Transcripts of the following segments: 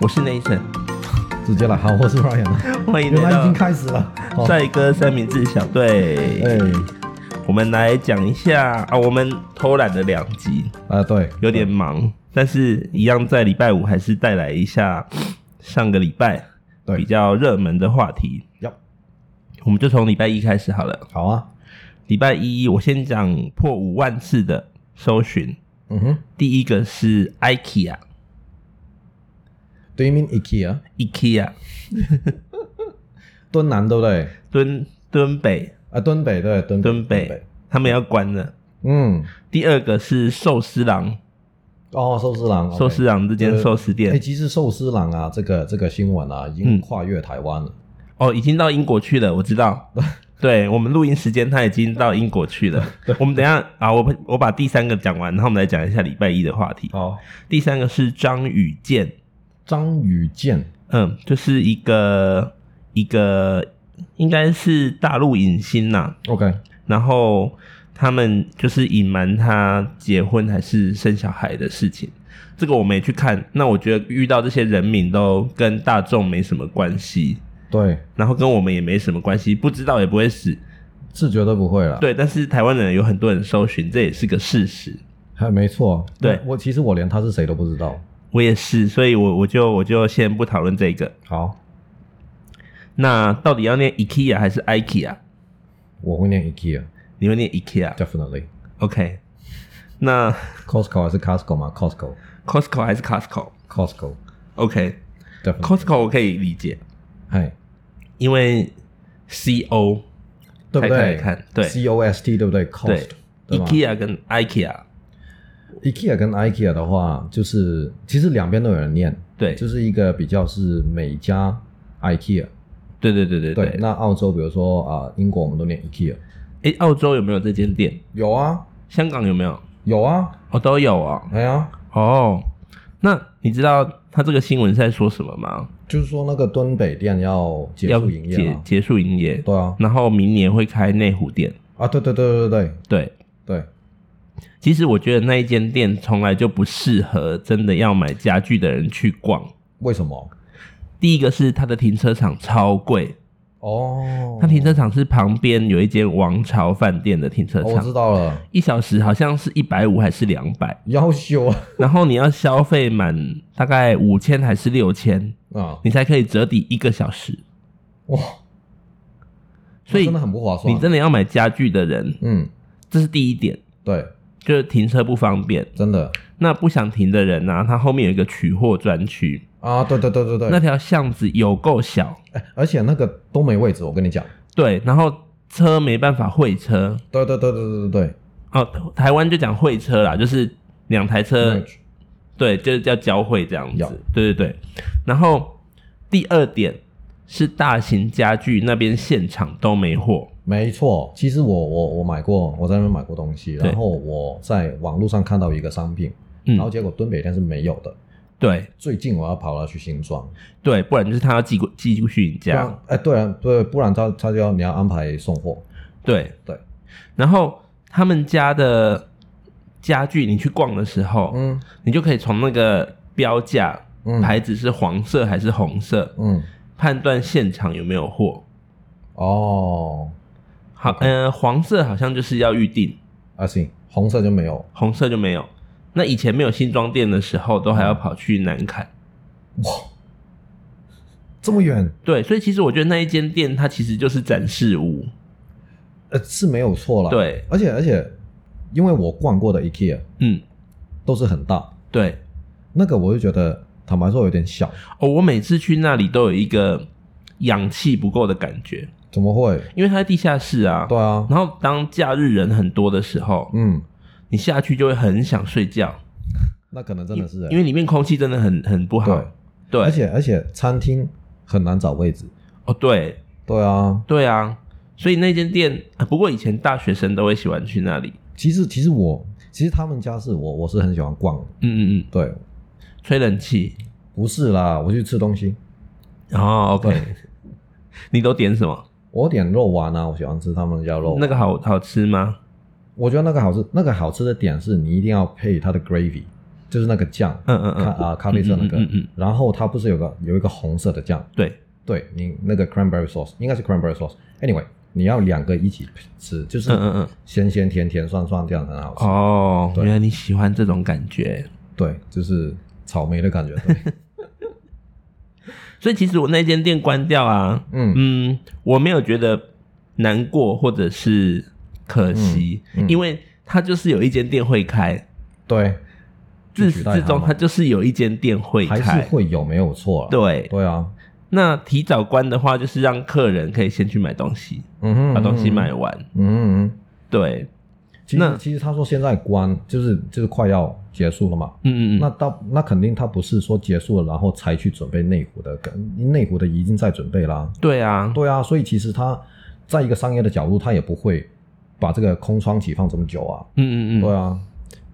我是 Nathan，直接来，好，我是 Ryan，啊欢迎原来来已经到开始了，好，帅哥三明治小队。哎，我们来讲一下啊，我们偷懒了两集，啊，对，有点嗯忙，但是一样在礼拜五还是带来一下上个礼拜比对，较热门的话题。要我们就从礼拜一开始好了。好啊，礼拜一我先讲破五万次的搜寻，嗯哼，第一个是 IKEA。对面 IKEA， IKEA 敦南对不对？敦敦北啊，敦北对，敦敦北，，他们要关了。嗯，第二个是寿司郎，哦，寿司郎，寿司郎这间寿司哎，诶店其实寿司郎啊，这个这个新闻啊，已嗯经跨越台湾了，哦，已经到英国去了，我知道。对我们录音时间，他已经到英国去了。我们等一下啊，我我把第三个讲完，然后我们来讲一下礼拜一的话题。哦，第三个是张宇健，张宇健，嗯，就是一个一个应该是大陆影星呐、 OK，然后他们就是隐瞒他结婚还是生小孩的事情，这个我没去看。那我觉得遇到这些人民都跟大众没什么关系，对，然后跟我们也没什么关系，不知道也不会死。是绝对不会了，，对，但是台湾人有很多人搜寻，这也是个事实。还哎没错，对我其实我连他是谁都不知道，我也是，所以我我就我就先不讨论这个。好，那到底要念 IKEA 还是 IKEA？我会念 IKEA。你会念 IKEA？OK？、 Definitely. OK 那 Costco 还是 Costco 吗？Costco, Costco 还是 Costco？OK？Costco Costco, definitely. 我可以理解。嗨，因为 C O 对才不可以对？看对，C O S T 对不对？Cost，对吧 IKEA 跟 IKEA IKEA 跟 IKEA 的话，就是其实两边都有人念，对，就是一个比较是美加 IKEA，对对对对对。对。那澳洲比如说啊、英国我们都念 IKEA，诶，澳洲有没有这间店？有啊，香港有没有？有啊，哦，都有啊。哎呀，哦，那你知道他这个新闻是在说什么吗？就是说那个敦北店要结要束营业结啊，结束营业，对啊，然后明年会开内湖店。啊，对对对对对对，对，其实我觉得那一间店从来就不适合真的要买家具的人去逛。为什么？第一个是它的停车场超贵，哦，它停车场是旁边有一间王朝饭店的停车哦场，我知道了，一小时好像是一百五还是两百，要修啊。然后你要消费满大概五千还是六千，啊，你才可以折抵一个小时。哇，所那以真的很不划算。你真的要买家具的人，嗯，这是第一点，对，就是停车不方便。真的那不想停的人呢、啊，他后面有一个取货专区，啊，对对对对对，那条巷子有够小，哎而且那个都没位置，我跟你讲，对，然后车没办法会车对对对对对对对哦，台湾就讲会车啦，就是两台车 Merge 对，就是叫交汇这样要子。对对对。然后第二点是大型家具那边现场都没货，没错。其实我我我买过，我在那边买过东西，对然后我在网络上看到一个商品，然嗯，后结果敦北店是没有的。对最近我要跑到去新庄，对，不然就是他要寄过寄去你不家，然哎，对啊，对，不然他他就要你要安排送货，对对。然后他们家的家具，你去逛的时候，嗯你就可以从那个标价嗯，牌子是黄色还是红色，嗯判断现场有没有货。哦，好，呃，黄色好像就是要预定，啊行，红色就没有，红色就没有。那以前没有新装店的时候，都还要跑去南坎。这么远，对，所以其实我觉得那一间店它其实就是展示屋。呃是没有错了，对，而且而且，因为我逛过的 IKEA 嗯，都是很大，对。那个我就觉得坦白说有点小，哦，我每次去那里都有一个氧气不够的感觉，怎么会？因为它在地下室啊。对。啊，然后当假日人很多的时候，嗯，你下去就会很想睡觉，那可能真的是欸因为里面空气真的很很不好。对，对，而且而且餐厅很难找位置，哦，对对啊，对啊，所以那间店，啊不过以前大学生都会喜欢去那里。其实其实我其实他们家是我我是很喜欢逛的，嗯嗯嗯，对，吹冷气。不是啦，我去吃东西，哦，OK，你都点什么？我点肉丸啊，我喜欢吃他们家肉丸，那个好好吃吗？我觉得那个好吃，那个好吃的点是你一定要配它的 gravy，就是那个酱，嗯嗯嗯咖啊咖啡色那个，嗯嗯嗯嗯然后它不是有个有一个红色的酱，对，对你那个 cranberry sauce 应该是 cranberry sauce。Anyway，你要两个一起吃，就是嗯嗯嗯，咸咸甜甜酸酸，这样很好吃。哦，对原来你喜欢这种感觉。对，就是草莓的感觉。 对所以其实我那间店关掉啊，嗯嗯，我没有觉得难过或者是可惜，嗯嗯因为它就是有一间店会开，对，自取始代至它终嘛它就是有一间店会还开是。会有没有错啊？对，对啊，那提早关的话，就是让客人可以先去买东西，嗯哼，把东西买嗯完。嗯嗯。对，其那实其实他说现在关就是就是快要结束了嘛，嗯嗯那嗯，到那肯定他不是说结束了然后才去准备内湖的，跟内湖的已经在准备啦。对啊，对啊，所以其实他在一个商业的角度，他也不会把这个空窗期放这么久啊。嗯嗯对嗯，啊，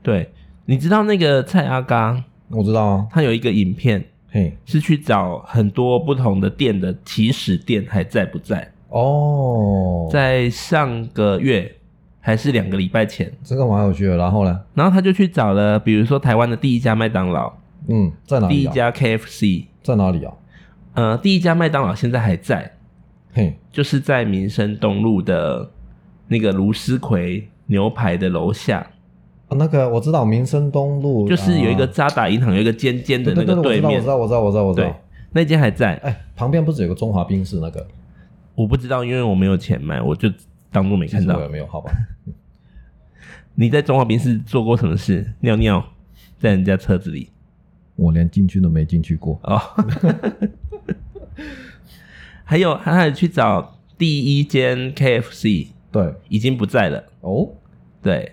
对，你知道那个蔡阿刚，我知道啊。他有一个影片嘿，是去找很多不同的店的起始店还在不在，哦，在上个月还是两个礼拜前，这个蛮有趣的。然后呢，然后他就去找了，比如说台湾的第一家麦当劳、嗯，在哪第里、一啊？家 KFC，在哪里啊？呃，第一家麦当劳现在还在，嘿，就是在民生东路的那个卢思奎牛排的楼下，啊那个我知道，民生东路就是有一个啊渣打银行有一个尖尖的对那个对对，我知道，我面知，道，我知道，我知道，我知对道。，那间还在，哎，旁边不是有个中华冰室那个？我不知道，因为我没有钱买，我就当做没其看实我也到。没有，好吧。你在中华冰室做过什么事？尿尿在人家车子里。我连进去都没进去过。哦， 还有还还去找第一间 KFC 对，已经不在了，哦，对，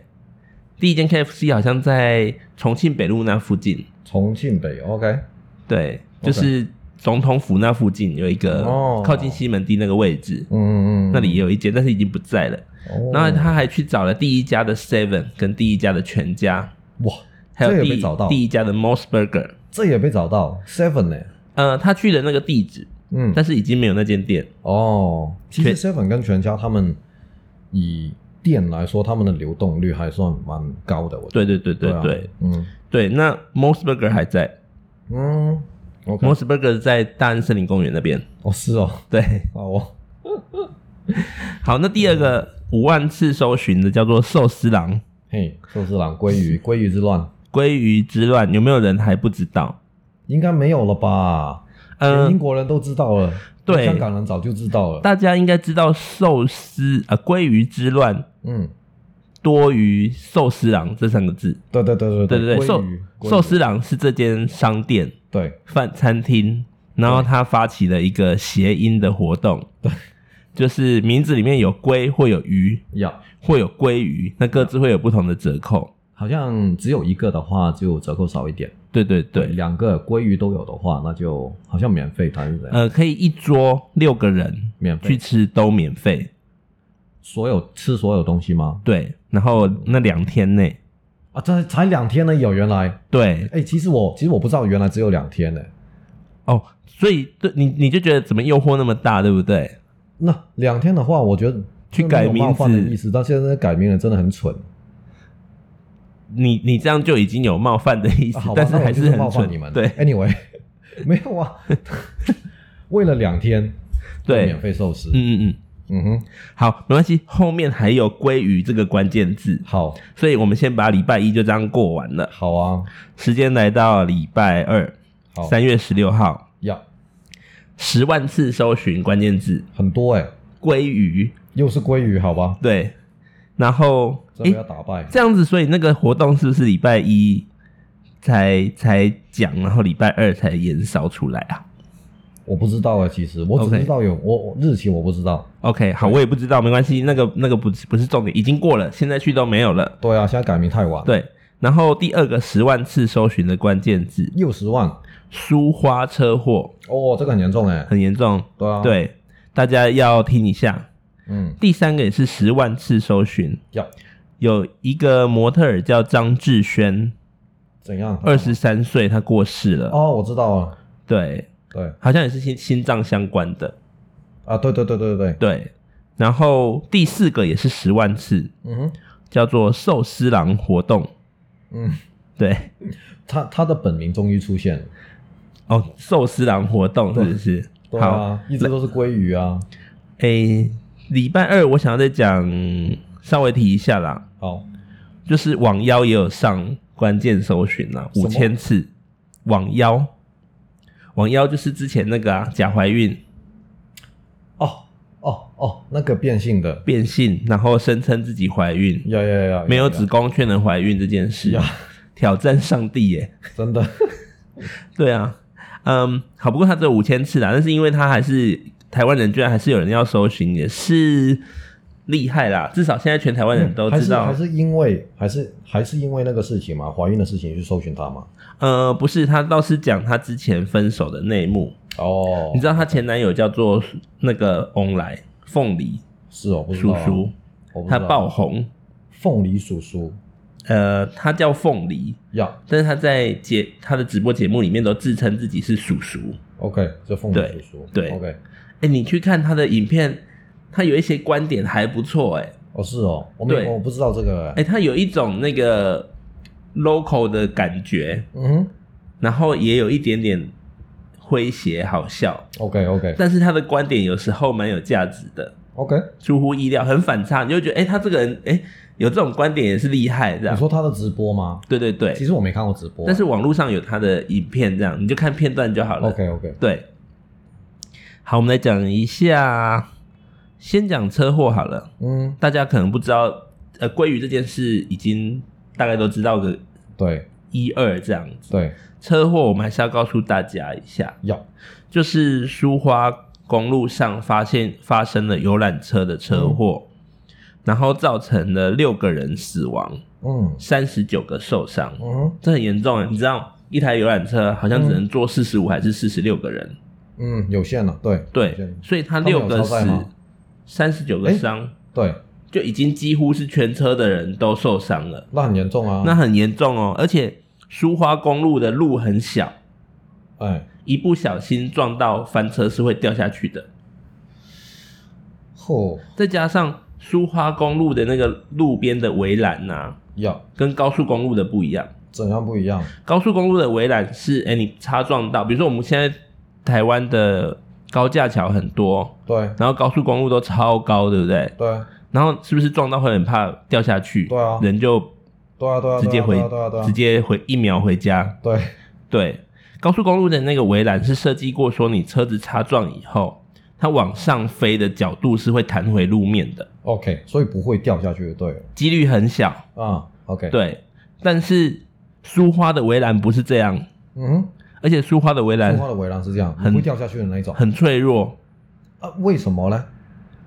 第一间 KFC 好像在重庆北路那附近，重庆北，OK，对，就 OK 是总统府那附近有一个哦靠近西门町那个位置，嗯嗯嗯，那里也有一间，但是已经不在了。哦，然后他还去找了第一家的 Seven 跟第一家的全家，哇，还这有也第被找到第一家的 Moss Burger，这也被找到 Seven 呢、呃，他去了那个地址，嗯，但是已经没有那间店。哦，其实确 Seven 跟全家他们以店来说，他们的流动率还算蛮高的，我觉对得。对对对啊对，嗯对，那 Moss Burger 还在嗯，OK， ，Moss Burger 在大安森林公园那边。哦是哦，对， 好哦，好，那第二个五万次搜寻的叫做寿司郎嘿，寿司郎、鲑鱼、鲑鱼之乱，鲑鱼之乱，有没有人还不知道？应该没有了吧？呃连英国人都知道了，对香港人早就知道了。大家应该知道寿司啊，鲑鱼之乱嗯，多于寿司郎这三个字。对对对对对对对，鲑寿鱼鲑鱼寿司郎是这间商店对饭餐厅，然后他发起了一个谐音的活动，就是名字里面有鲑或有鱼，呀，会有鲑鱼，那各自会有不同的折扣。好像只有一个的话就折扣少一点。对对对，两个鲑鱼都有的话，那就好像免费，它是怎样？呃，可以一桌六个人免去费，吃都免费，所有吃所有东西吗？对。然后那两天内，啊，这才两天呢，有原来，对哎、其实我其实我不知道原来只有两天呢。哦，所以对你你就觉得怎么诱惑那么大，对不对？那两天的话，我觉得去改名字没有冒犯的意思，但现在改名了真的很蠢，你你这样就已经有冒犯的意思，啊好吧但是那我还就是冒很犯蠢。你们。对，anyway，没 有啊，为了两天，对免费寿司，嗯嗯嗯，嗯哼，好，没关系，后面还有鲑鱼这个关键字，好，所以我们先把礼拜一就这样过完了。好啊，时间来到礼拜二，好三月十六号，呀，十万次搜寻关键字很多哎、鲑鱼，又是鲑鱼，好吧，对，然后这诶、个要打败。这样子，所以那个活动是不是礼拜一才才讲，然后礼拜二才延烧出来啊我不知道啊，其实我只 OK 知道有我我日期我不知道。 ？OK，好，我也不知道，没关系，那个那个不是不是重点，已经过了，现在去都没有了。对啊，现在改名太晚。，对，然后第二个十万次搜寻的关键字，六十万疏花车祸哦，这个很严重哎。很严重，对啊，，对，大家要听一下。嗯，第三个也是十万次搜寻，要有一个模特儿叫张志轩，怎样？二十三岁，他过世了。哦，我知道了。对，对好像也是心心脏相关的。啊，对对对对对，对，然后第四个也是十万次，嗯哼，叫做寿司郎活动。嗯，对，他他的本名终于出现了，哦，寿司郎活动是不是？对好，啊，一直都是鲑鱼啊。诶、礼拜二我想要再讲，稍微提一下啦，好，就是网妖也有上关键搜寻啦，什么五千次网妖，网妖就是之前那个啊，假怀孕哦哦哦，那个变性的，变性，然后声称自己怀孕，呀呀呀，没有呀子，宫却能怀孕这件事呀，挑战上帝耶、真的对啊，嗯，好，不过他只有五千次啦，但是因为他还是台湾人，居然还是有人要搜寻，也是厉害啦。至少现在全台湾人 都还知是道嗯还，是因为还是还是因为那个事情嘛，怀孕的事情去搜寻他嘛。呃，不是，他倒是讲他之前分手的内幕。哦，你知道她前男友叫做那个翁来凤梨是哦，不知叔道啊叔，，我不知他道爆红，凤梨叔叔呃，他叫凤梨，呀但是他在节他的直播节目里面都自称自己是叔叔。 ，OK，这凤梨叔叔，对对，OK，哎、你去看他的影片，他有一些观点还不错、诶哎。哦是哦，我没对我不知道这个哎、，它有一种那个 local 的感觉，嗯哼然后也有一点点诙谐好笑， ，OK OK 但是他的观点有时候蛮有价值的， OK，出乎意料，很反差，你就会觉得哎、欸他这个人哎、欸有这种观点也是厉害，这你样说他的直播吗？对啊对其对，实我没看过直播，啊但是网络上有他的影片，这样你就看片段就好了。 OK OK，对，好，我们来讲一下，先讲车祸好了。嗯，大家可能不知道，呃，鲑鱼这件事已经大概都知道个对一二这样子。对，车祸我们还是要告诉大家一下，要就是苏花公路上发现发生了游览车的车祸，然后造成了六个人死亡，嗯三十九个受伤，嗯哼这很严重欸。你知道，一台游览车好像只能坐四十五还是四十六个人？嗯，有限了，对有对限，所以他他们六有个超载死吗，三十九个诶伤，对，就已经几乎是全车的人都受伤了。那很严重啊，那很严重哦。而且苏花公路的路很小，哎，一不小心撞到翻车是会掉下去的。嚯，再加上苏花公路的那个路边的围栏呐、要跟高速公路的不一样。怎样不一样？高速公路的围栏是，哎、你擦撞到，比如说我们现在台湾的高架桥很多，对然后高速公路都超高，对不对？对然后是不是撞到会很怕掉下去？对啊人就对啊对啊，直接回对啊对啊对啊，直接回一秒回家。对对，高速公路的那个围栏是设计过，说你车子擦撞以后，它往上飞的角度是会弹回路面的， ，OK，所以不会掉下去就对了几率很小。啊，OK，，对，但是苏花的围栏不是这样，嗯而且苏花的围哼，栏中华的围栏是这样，嗯很不会掉下去的那一种很脆弱。啊？为什么呢？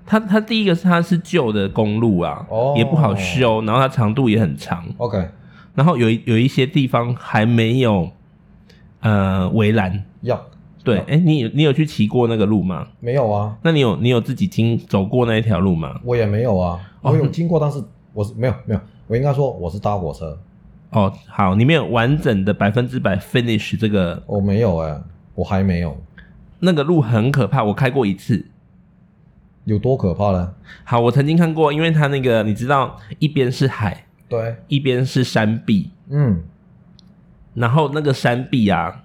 它它第一个是它是旧的公路啊，哦也不好修，然后它长度也很长， ？OK，然后有一有一些地方还没有呃围栏。要对，哎、你有你有去骑过那个路吗？没有啊？那你有你有自己经走过那一条路吗？我也没有啊，哦我有经过，但是我是没有没有，我应该说我是搭火车，哦，好，你没有完整的百分之百 finish 这个我没有哎、我还没有，那个路很可怕，我开过一次。有多可怕呢？好，我曾经看过，因为它那个你知道，一边是海，对，一边是山壁，嗯， 然后那个山壁啊，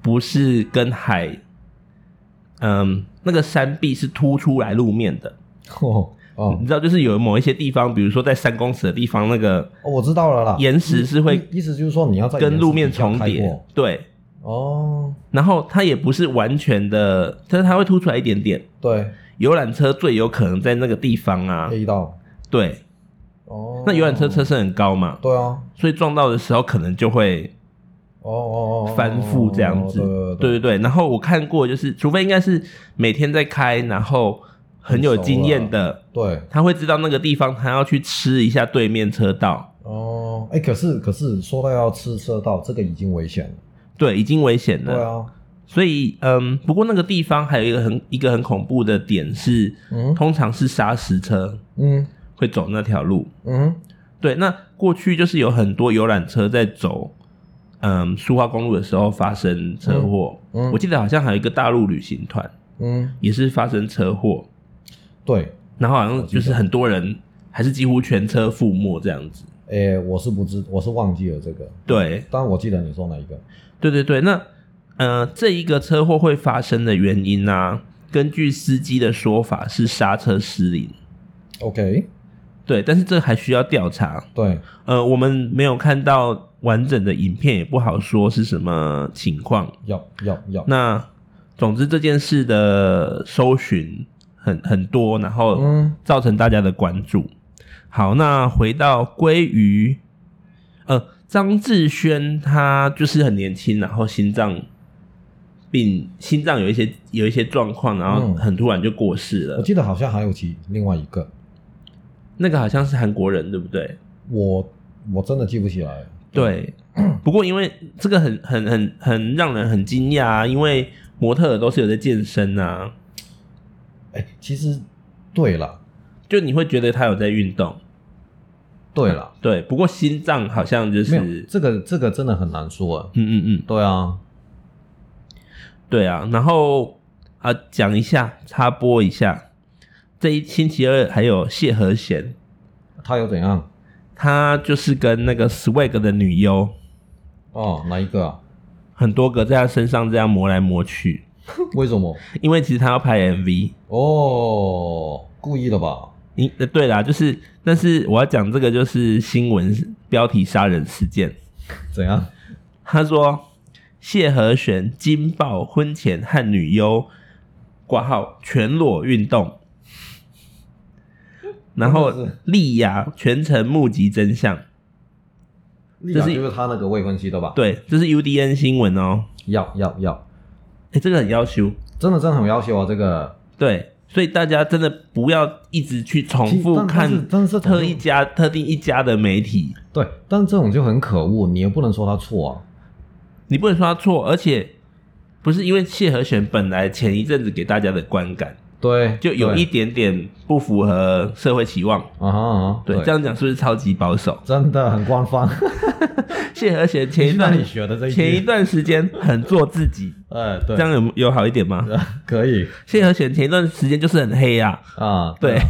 不是跟海，嗯，那个山壁是凸出来路面的，哦哦你知道，就是有某一些地方，比如说在三公尺的地方，那个哦，我知道了啦，岩石是会意意思就是说你要嗯在岩跟石路面底下重开叠过，对，哦，然后它也不是完全的，但是它会凸出来一点点。对，游览车最有可能在那个地方啊。黑道对，哦，那游览车车身很高嘛，对啊，所以撞到的时候可能就会哦哦哦，翻覆这样子。哦对对对对对。然后我看过，就是除非应该是每天在开，然后很啊有经验的，对对他会知道那个地方他要去吃一下对面车道。哦，哎，可是可是说到要吃车道，这个已经危险了，对，已经危险对了。啊，所以，嗯，不过那个地方还有一个很一个很恐怖的点是，嗯通常是砂石车嗯会走那条路。嗯，对，那过去就是有很多游览车在走，嗯，苏花公路的时候发生车祸。嗯嗯我记得好像还有一个大陆旅行团嗯，也是发生车祸，对，然后好像就是很多人还是几乎全车覆没这样子。诶、我是不知，我是忘记了这个，对，但我记得你说哪一个，对对对，那呃，这一个车祸会发生的原因呢、根据司机的说法是刹车失灵， OK，对，但是这还需要调查。对，呃，我们没有看到完整的影片，也不好说是什么情况。要要要，那总之这件事的搜寻很很多，然后嗯，造成大家的关注。好，那回到鲑鱼，呃，张志轩他就是很年轻，然后心脏病，心脏有一些有一些状况，然后嗯很突然就过世了。我记得好像还有其另外一个，那个好像是韩国人，对不对？我我真的记不起来，对，嗯不过因为这个很很很很让人很惊讶啊，因为模特儿都是有在健身啊，哎、其实对了就你会觉得他有在运动。对了，对，不过心脏好像就是，没嗯有这个这个真的很难说啊，嗯嗯，对啊，对啊。然后啊，讲一下，插播一下，这一星期二还有谢和弦，他有怎样？他就是跟那个 Swag 的女优，哦，哪一个啊？很多个在他身上这样磨来磨去，为什么？因为其实他要拍 MV。哦，故意的吧？你呃对啦，就是，但是我要讲这个就是新闻标题杀人事件。怎样？他说谢和弦惊爆婚前和女优挂号全裸运动，嗯然真后的是丽雅全程目击真相。这是就是他那个未婚妻的吧？，对，这是 UDN 新闻哦。要要要，哎、这个很要求。真的真的很要求啊！这个对，所以大家真的不要一直去重复其看实但但是但是这种特一家、特定一家的媒体。对，但这种就很可恶，你也不能说他错啊。你不能说他错，而且不是因为谢和弦本来前一阵子给大家的观感对，就有对一点点不符合社会期望。啊哈啊哈，对，这样讲是不是超级保守？真的很官方。谢和弦前一段 你哪里学的这一 句前一段时间很做自己，哎， 对，这样有有好一点吗？可以谢和弦前一段时间就是很黑啊，啊，对啊，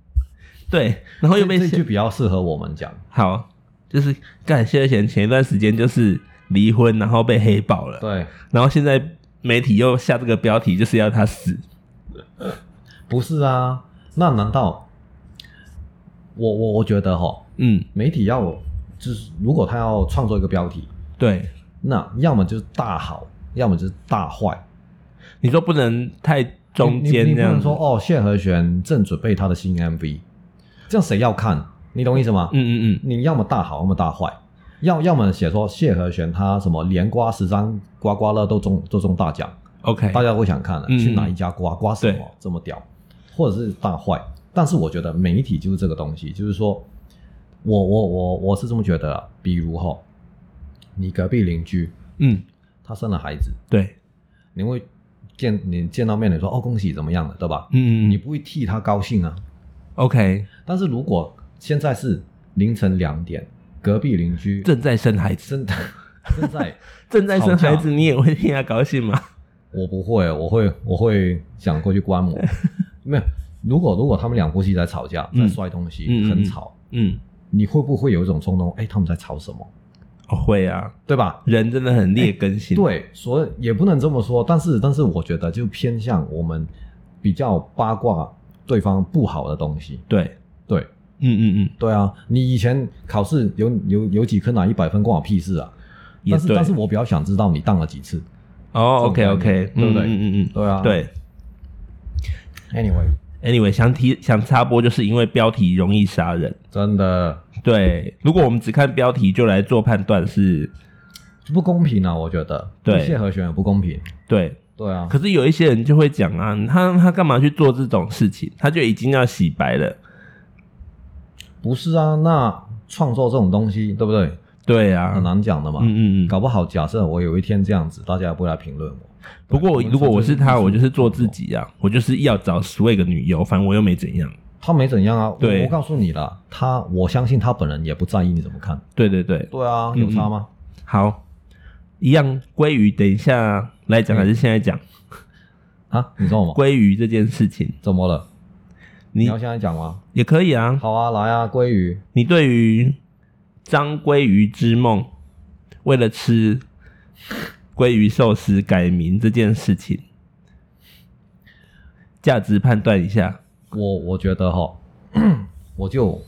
对，然后又被这这谢句比较适合我们讲。好，就是干谢和弦前一段时间就是离婚，然后被黑爆了，对，然后现在媒体又下这个标题就是要他死，不是啊，那难道我我我觉得哈，嗯，媒体要就是如果他要创作一个标题，对，那要么就是大好，要么就是大坏。你说不能太中你间这你你不样能子，说哦，谢和弦正准备他的新 MV，这样谁要看？你懂我意思吗？嗯嗯嗯，你要么大好，要么大坏，要要么写说谢和弦他什么连刮十张刮刮乐都中都中大奖， ，OK，大家会想看的，啊嗯去哪一家刮刮什对么这么屌，或者是大坏。但是我觉得媒体就是这个东西，就是说我我我我是这么觉得啊。比如哈，你隔壁邻居嗯，他生了孩子，对，你会见你见到面你说哦恭喜怎么样了，对吧？嗯嗯你嗯不会替他高兴啊。 ，OK，但是如果现在是凌晨两点，隔壁邻居正在生孩子，真的 正在，正在生孩吵子，架你也会替他高兴吗？我不会，我会我会想过去 观摩。没有，如果如果他们两夫妻在吵架，在嗯摔东西，嗯嗯嗯很吵，嗯，你会不会有一种冲动？哎，他们在吵什么？哦会啊，对吧？人真的很劣根性，，对，所以也不能这么说，但是但是我觉得就偏向我们比较八卦对方不好的东西。对，对嗯嗯嗯，对啊，你以前考试有有有几科拿一百分，关我屁事啊！也但是对但，是我比较想知道你当了几次。哦，OK 这种概 OK，念对不对嗯嗯嗯对啊，嗯，对，anyway， ，Anyway，想提想插播，就是因为标题容易杀人，真的对，如果我们只看标题就来做判断是，不公平啊，我觉得对对谢和弦也不公平。对，对啊，可是有一些人就会讲啊，他他干嘛去做这种事情？他就已经要洗白了。不是啊，那创作这种东西，对不对？对啊，很难讲的嘛。嗯嗯嗯。搞不好，假设我有一天这样子，大家也不会来评论我。不过我对如果我是他，我就是做自。这己啊，我就是要找 swag 女优，反正我又没怎样。他没怎样啊，我对我告诉你了，他我相信他本人也不在意你怎么看。对对对，对啊，嗯有差吗？好，一样鲑鱼，等一下来讲还是现在讲啊，你说我吗？鲑鱼这件事情，怎么了？你你要现在讲吗？也可以啊。好啊，来啊，鲑鱼，你对于张鲑鱼之梦为了吃鲑鱼寿司改名这件事情，价值判断一下。我我觉得哈， 我就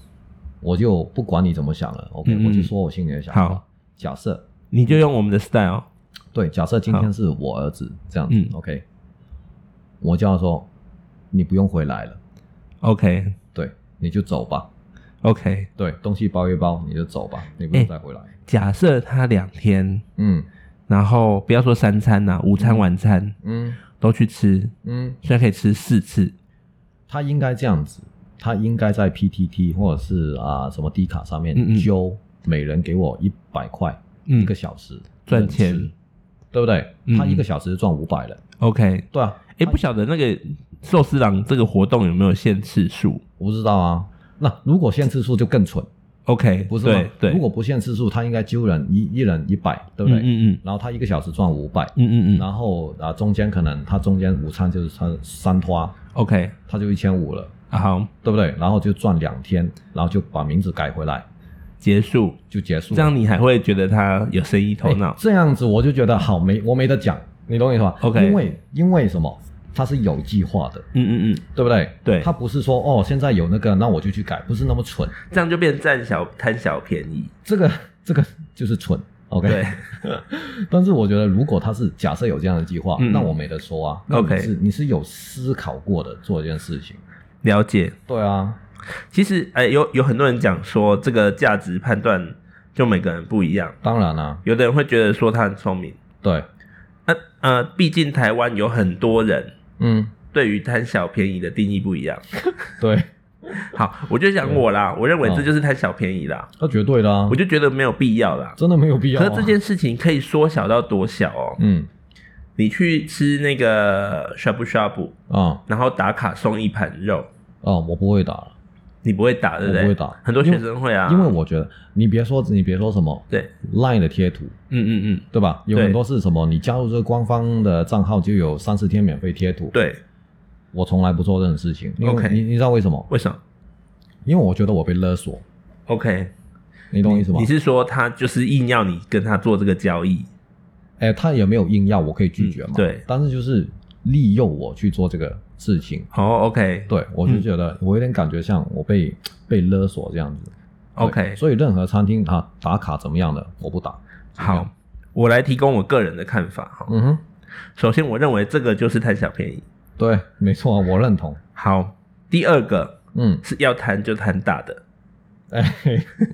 我就不管你怎么想了，OK，嗯嗯我就说我心里的想法好。假设你就用我们的 style，对，假设今天是我儿子这样子嗯，OK，我叫他说你不用回来了， OK 对，你就走吧， OK。对，东西包一包你就走吧，你哎不用再回来。假设他两天，嗯然后不要说三餐呐、午餐、晚餐嗯都去吃，嗯，虽然可以吃四次，他应该这样子，他应该在 PTT 或者是啊、什么 D 卡上嗯面嗯揪每人给我一百块嗯一个小时赚任吃钱，对不对？嗯他一个小时赚五百了， ，OK。对啊，哎、不晓得那个寿司郎这个活动有没有限次数我不知道啊。那如果限次数就更蠢， ？OK，不是对吗？对，嗯如果不限次数，他应该揪人一一人一百，对不对？嗯嗯然后他一个小时赚五百，嗯嗯嗯嗯然后啊中间可能他中间午餐就是他三花， ，OK，他就一千五了，啊好，对不对？然后就赚两天，然后就把名字改回来结束。就结束这了。样你还会觉得他有生意头脑、哎这样子我就觉得好没我没得讲，你懂我意思吧 OK 因为因为什么？他是有计划的，嗯嗯嗯，对不对？对他不是说哦，现在有那个，那我就去改，不是那么蠢。这样就变占小贪小便宜。这个 这个就是蠢，OK。对， 但是我觉得，如果他是假设有这样的计划，嗯那我没得说啊。那 OK 你是你是有思考过的做这件事情，了解。对啊，其实，哎、有有很多人讲说，这个价值判断就每个人不一样。当然啊，有的人会觉得说他很聪明，对，那呃，毕竟台湾有很多人嗯，对于贪小便宜的定义不一样。对，好，我就讲我啦，我认为嗯这就是贪小便宜啦，那绝对的啊我，就觉得没有必要啦。真的没有必要、可啊。是这件事情可以缩小到多小哦？嗯你去吃那个 shabu shabu，啊然后打卡送一盘肉，啊，我不会打了，你不会打对不对？我不会打很多学生会啊，因为我觉得你别说你别说什么对， Line 的贴图，嗯嗯嗯，对吧？有对很多是什么，你加入这个官方的账号就有三十天免费贴图。，对，我从来不做这种事情，因为 OK 你你知道为什么？为什么因为我觉得我被勒索， ？OK，你懂我意思吗你？是说他就是硬要你跟他做这个交易？哎，他也没有硬要，我可以拒绝嘛。嗯对但是就是利诱我去做这个事情。哦，OK，对，我就觉得我有点感觉像我被被勒索这样子。对 OK 所以任何餐厅它打卡怎么样的，我不打。好，我来提供我个人的看法哈。嗯哼，首先，我认为这个就是贪小便宜。对，没错，啊我认同。好，第二个嗯，是要贪就贪大的。哎， 嘿嘿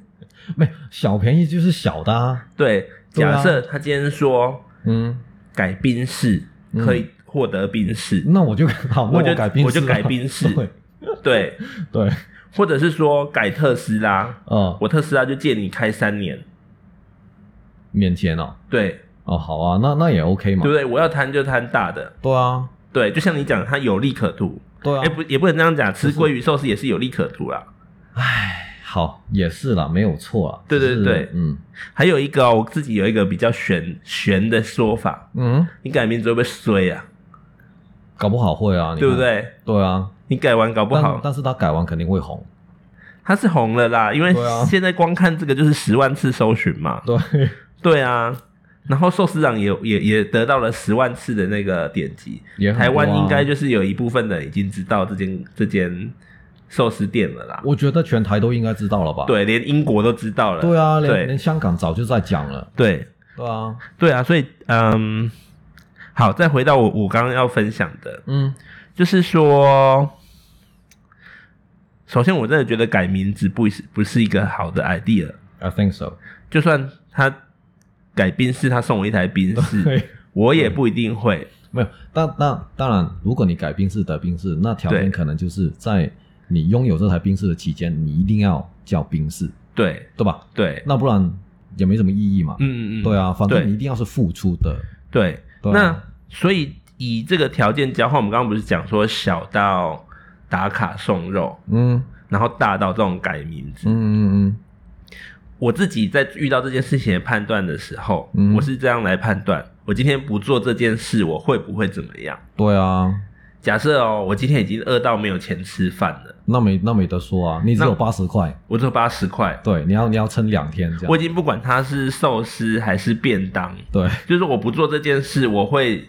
没小便宜就是小的啊。对，对啊假设他今天说嗯，改宾士嗯可以获得宾士，那我就好，那我就改宾士啊，我就改宾士 对对，对，或者是说改特斯拉，嗯，我特斯拉就借你开三年，免钱哦，对哦，好啊，那那也 OK 嘛对不，对？我要贪就贪大的，对啊，对，就像你讲，它有利可图。对哎、啊，不，也不能这样讲，吃鲑鱼寿司也是有利可图啦。唉，好，也是啦，没有错啊，对对只是对嗯还有一个、哦，我自己有一个比较悬悬的说法，嗯，你改名字会不会衰啊？搞不好会啊，你看对不？对？对啊，你改完搞不但好，但是他改完肯定 会红，它是红了啦，因为对啊现在光看这个就是十万次搜寻嘛。对，对啊，然后寿司长也也也得到了十万次的那个点击，也很多啊台湾应该就是有一部分人已经知道这间这间寿司店了啦。啊我觉得全台都应该知道了吧？对，连英国都知道了。对啊，连连对香港早就在讲了，对对啊，对啊，所以嗯，好，再回到我我刚刚要分享的，嗯就是说，首先我真的觉得改名字不是不是一个好的 idea， ，I think so，就算他改宾士，他送我一台宾士， 对，我也不一定会。没有，但但当然，如果你改宾士得宾士，那条件对可能就是在你拥有这台宾士的期间，你一定要叫宾士，对对吧？对，那不然也没什么意义嘛。嗯嗯嗯，对啊，反对正你一定要是付出的。对，对啊那所以以这个条件交换，我们刚刚不是讲说小到打卡送肉，嗯然后大到这种改名字。嗯嗯我自己在遇到这件事情的判断的时候，嗯我是这样来判断：我今天不做这件事，我会不会怎么样嗯，？对啊，假设哦，我今天已经饿到没有钱吃饭了，那没那没得说啊，你只有那八十块，我只有八十块，对，你要你要撑两天这我样，已经不管它是寿司还是便当，对就是我不做这件事，我会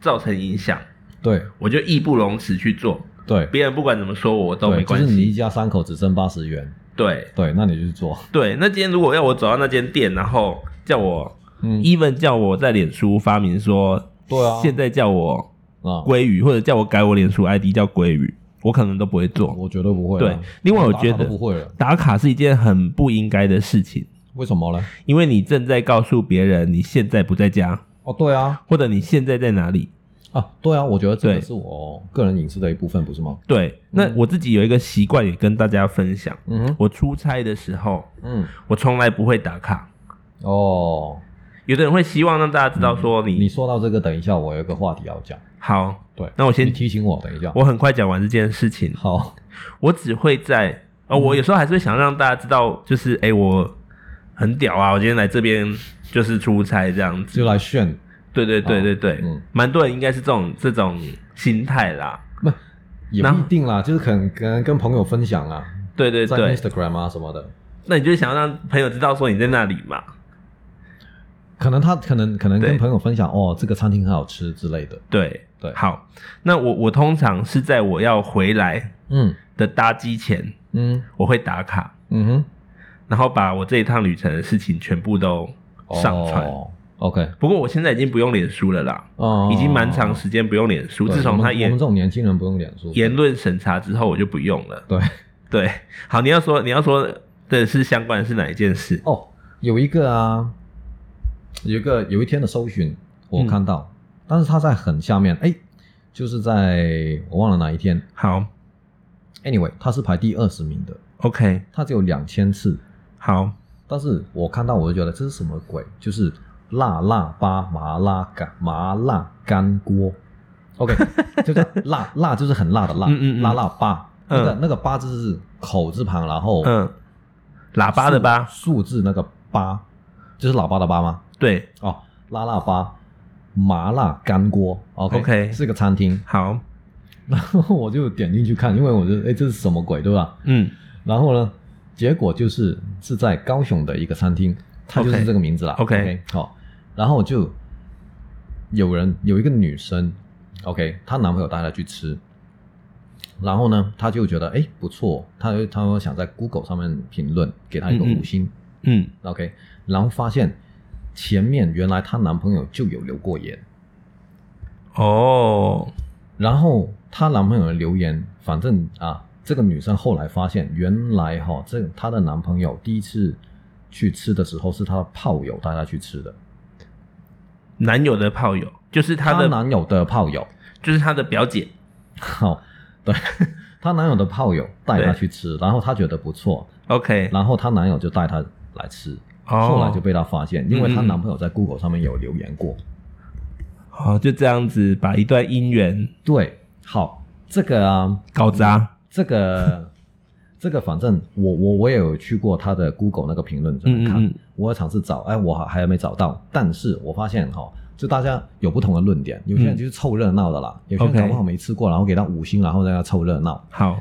造成影响，对我就义不容辞去做。对别人不管怎么说我，我都没对，就关是你系。一家三口只剩八十元，对对，那你就去做，对，那今天如果要我走到那间店，然后叫我嗯 even 叫我在脸书发明说，对啊现在叫我啊，鲑鱼，或者叫我改我脸书 ID 叫鲑鱼，我可能都不会做。我绝对不会啊。对另外我打卡觉得都不会了，打卡是一件很不应该的事情，为什么呢？因为你正在告诉别人你现在不在家，哦，对啊，或者你现在在哪里。啊，对啊，我觉得这个对是我个人隐私的一部分，不是吗？对，那我自己有一个习惯也跟大家分享，嗯哼，我出差的时候，嗯，我从来不会打卡。哦，有的人会希望让大家知道说你、嗯你说到这个，等一下我有一个话题要讲，好，对，那我你先提醒我，等一下，我很快讲完这件事情。好，我只会在嗯哦，我有时候还是会想让大家知道，就是哎、诶我很屌啊，我今天来这边就是出差这样子。就来炫，对对对对对嗯，蛮、多人应该是这种这种心态啦。不也那不一定啦，就是可能可能跟朋友分享啊，对对在对， Instagram 啊什么的，那你就想要让朋友知道说你在那里嘛？可能他可能可能对跟朋友分享哦，这个餐厅很好吃之类的，对对好，那我我通常是在我要回来嗯的搭机前，嗯我会打卡，嗯哼，然后把我这一趟旅程的事情全部都哦上传。 ，OK，不过我现在已经不用脸书了啦，哦，已经蛮长时间不用脸书。对。自从我他们我们言这种年轻人不用脸书，言论审查之后，我就不用了。对。对，好，你要说你要说的是相关的是哪一件事？哦，有一个啊，有一个有一天的搜寻我看到，嗯但是它在很下面，哎，就是在我忘了哪一天好，anyway，它是排第二十名的， ，OK，它只有两千次，好，但是我看到我就觉得这是什么鬼，就是辣辣巴麻辣干麻辣干锅，OK，就是 辣辣就是很辣的辣，嗯嗯嗯辣辣巴。那个嗯那个八字是口字旁，然后嗯，喇叭的叭，数字那个八，就是喇叭的八吗？对，哦，拉辣吧麻辣干锅，OK OK 是个餐厅， 好，然后我就点进去看，因为我就哎这是什么鬼对吧？嗯，然后呢，结果就是是在高雄的一个餐厅，它就是 OK 这个名字啦 OK 好，然后就有人有一个女生，OK，她男朋友带她去吃。然后呢，她就觉得哎不错，她她说想在 Google 上面评论，给她一个嗯嗯五星。嗯， OK，然后发现前面原来她男朋友就有留过言，哦，然后她男朋友的留言，反正啊，这个女生后来发现，原来哈、这她的男朋友第一次去吃的时候是她的炮友带她去吃的，男友的炮友就是他她的，男友的炮友，就是他的表姐，好、对，她男友的炮友带她对去吃，然后她觉得不错， OK，然后她男友就带她来吃，哦后来就被她发现，因为她嗯嗯嗯男朋友在 Google 上面有留言过。哦，就这样子把一段姻缘对，好，这个啊，搞砸，这个这个，反正我我我也有去过他的 Google 那个评论这嗯么看，嗯嗯，我有尝试找，哎，我还还没找到，但是我发现哈、就大家有不同的论点，有些人就是凑热闹的啦，有些嗯人 OK 搞不好没吃过，然后给他五星，然后在那凑热闹。好，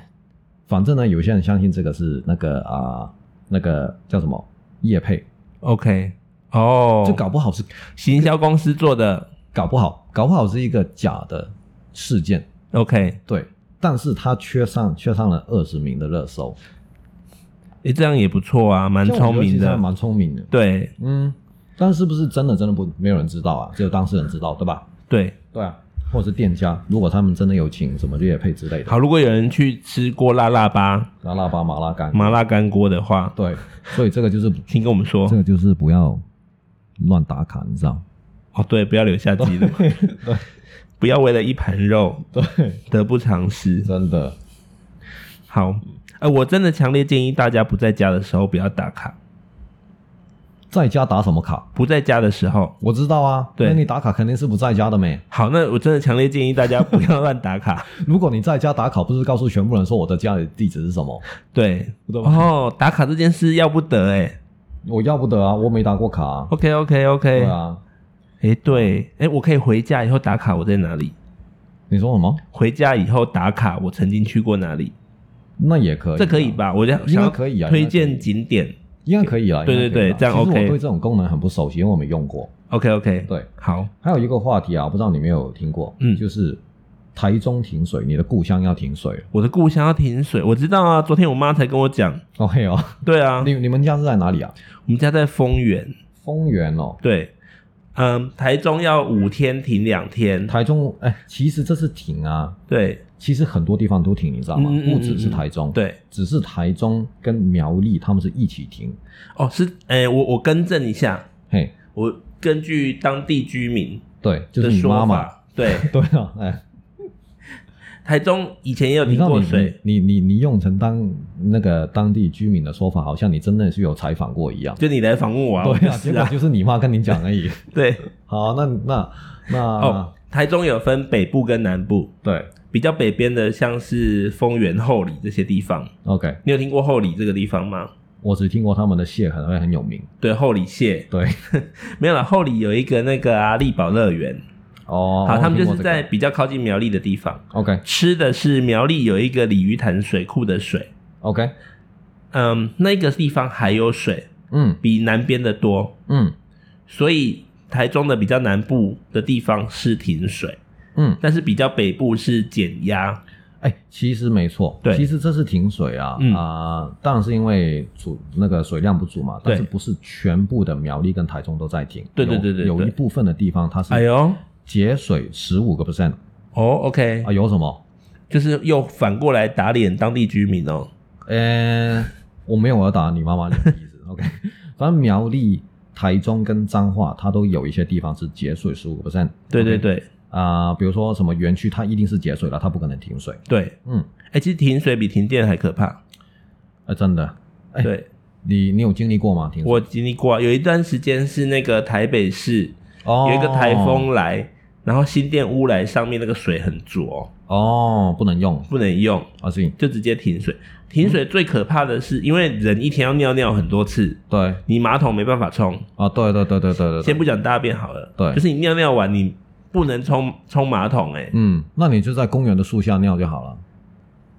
反正呢，有些人相信这个是那个啊、那个叫什么叶配， OK，哦，就搞不好是行销公司做的搞不好搞不好是一个假的事件， ，OK，诶、对。但是他缺上缺上了二十名的热搜，这样也不错啊，蛮这样我聪觉得明其实还的，蛮聪明的。对嗯，但是不是真的真的不没有人知道啊？只有当事人知道，对吧？对。对啊，或者是店家，如果他们真的有请什么月配之类的，好，如果有人去吃过辣辣吧拉拉巴麻辣干，麻辣干锅的话，对，所以这个就是请跟我们说这个就是不要乱打卡，你知道？哦。对，不要留下记录， 对不要为了一盘肉对，得不偿失。真的，好，呃，我真的强烈建议大家不在家的时候不要打卡，在家打什么卡？不在家的时候。我知道啊，对那你打卡肯定是不在家的没。好，那我真的强烈建议大家不要乱打卡。 如果你在家打卡，不是告诉全部人说我的家里地址是什么？对， 对吧哦，打卡这件事要不得哎、我要不得啊，我没打过卡、啊。 OK OK OK，对哎、啊，对，哎、我可以回家以后打卡我在哪里，你说什么？回家以后打卡我曾经去过哪里。那也可以，啊这可以？吧？我就应想该要可以啊推应该可以荐景点。应该可以啦。对应该可以对对啦这样其实 OK 我对这种功能很不熟悉，因为我没用过。 OK OK，对，好，还有一个话题啊，我不知道你有没有听过，嗯就是台中停水，你的故乡要停水了。 我的故乡要停水，我知道啊。昨天我妈才跟我讲， OK 哦，对啊，你你们家是在哪里啊？我们家在丰原，丰原哦，对，嗯，台中要五天停两天，台中哎，其实这是停啊，对其实很多地方都停，你知道吗？嗯嗯嗯不只是台中，，对，只是台中跟苗栗他们是一起停。哦，是，哎、我我更正一下，嘿，我根据当地居民对，就的是你说妈妈，法，对， 对啊，哎，台中以前也有你停知道过你水，你你你用成当那个当地居民的说法，好像你真的是有采访过一样。就你来访问我、啊，我对啊，是结果啊，就是你妈跟你讲而已。对，好，那那那、哦，台中有分北部跟南部，对比较北边的像是丰原、后里这些地方， ，OK，你有听过后里这个地方吗？我只听过他们的蟹可能会很有名。对，后里蟹对，没有了，后里有一个那个啊，力宝乐园，哦， 好，他们就我是听过这个在比较靠近苗栗的地方。 OK 吃的是苗栗有一个鲤鱼潭水库的水， OK，嗯，那个地方还有水，嗯比南边的多，嗯所以台中的比较南部的地方是停水，嗯，但是比较北部是减压。哎、其实没错，对其实这是停水啊啊、嗯当然是因为储那个水量不足嘛，但是对不是全部的苗栗跟台中都在停，对对有对对有对一部分的地方它哎是呦，节水十五个 percent 哦，OK，啊，有什么？就是又反过来打脸当地居民哦。呃，我没有要打你妈妈脸的意思 ，OK，反正苗栗、台中跟彰化，它都有一些地方是节水十五个 percent，对对对啊、比如说什么园区，它一定是节水了，它不可能停水，对，嗯，哎、其实停水比停电还可怕。呃，真的，哎对你你有经历过吗？停水我经历过啊，有一段时间是那个台北市哦有一个台风来，然后新店乌来上面那个水很浊，哦，不能用不能用，啊，是，就直接停水。停水最可怕的是，因为人一天要尿尿很多次，对你马桶没办法冲。啊，对对对对对对先对，不讲大便好了，对就是你尿尿完你不能冲冲马桶、欸，哎、嗯，那你就在公园的树下尿就好了。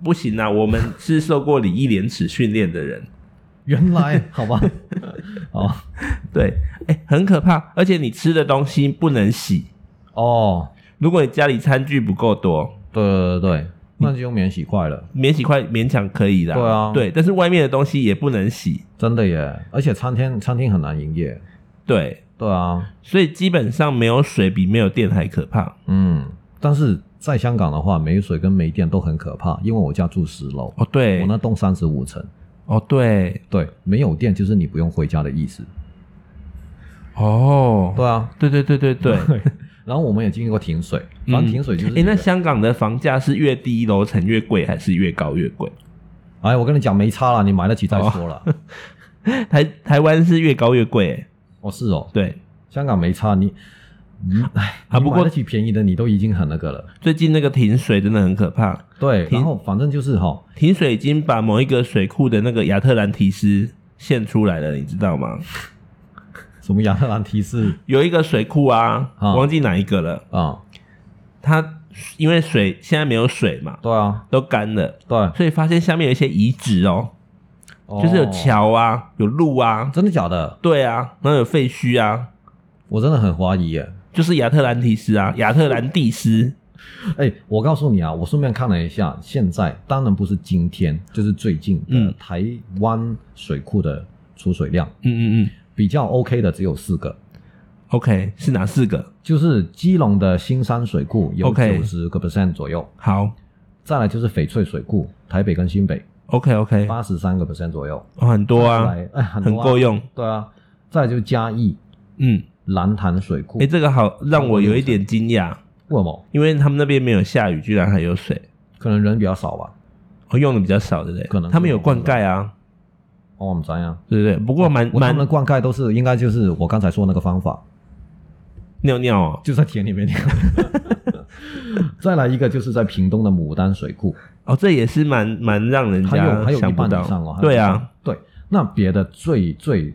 不行啊，我们是受过礼义廉耻训练的人。原来好 吧，哦对，哎、很可怕，而且你吃的东西不能洗。哦，如果你家里餐具不够多，对对对对，那就用免洗筷了。免洗筷勉强可以啦。对啊对，但是外面的东西也不能洗。真的耶，而且餐厅餐厅很难营业。对，对啊，所以基本上没有水比没有电还可怕。嗯，但是在香港的话，没水跟没电都很可怕，因为我家住十楼，哦，对我，那栋三十五层，哦，对，对，没有电就是你不用回家的意思。哦，对啊，对对对对对。 然后我们也经历过停水，反正停水就是、哎、那香港的房价是越低楼层越贵，还是越高越贵？ 哎，我跟你讲没差了，你买得起再说了。台台湾是越高越贵、欸， 哦，是哦，对。香港没差，你，嗯，哎，啊你不过买得起便宜的，你都已经很那个了。最近那个停水真的很可怕，对，停然后反正就是哈、停水已经把某一个水库的那个亚特兰提斯献出来了，你知道吗？什么亚特兰提斯有一个水库啊，啊忘记哪一个了，啊、它因为水现在没有水嘛，对啊，都干了，对，所以发现下面有一些遗址哦，就是有哦，桥啊，有路啊，真的假的？对啊，然后有废墟啊，我真的很怀疑耶。就是亚特兰提斯啊，亚特兰蒂斯，哎，我告诉你啊，我顺便看了一下，现在当然不是今天，就是最近的嗯台湾水库的储水量、嗯嗯嗯比较 OK 的只有四个， ，OK，是哪四个？就是基隆的新山水库有 OK 九十个 percent 左右。好再来就是翡翠水库，台北跟新北，OK OK，八十三个 percent 左右，哦，很多再啊，来哎很很多啊够，用，对啊。再来就是嘉义嗯，蓝潭水库，哎、这个好让我有一点惊讶，为什么？因为他们那边没有下雨，居然还有水，可能人比较少吧，我、用的比较少，对不对？可能他们有灌溉啊，哦，我们怎样？对不对？不过蛮我他蛮们的灌溉都是应该就是我刚才说那个方法，尿尿哦，就在田里面。 再来一个就是在屏东的牡丹水库，哦，这也是蛮蛮让人还有家还有一想不半到，以上哦。还有对一半啊，，对。那别的最最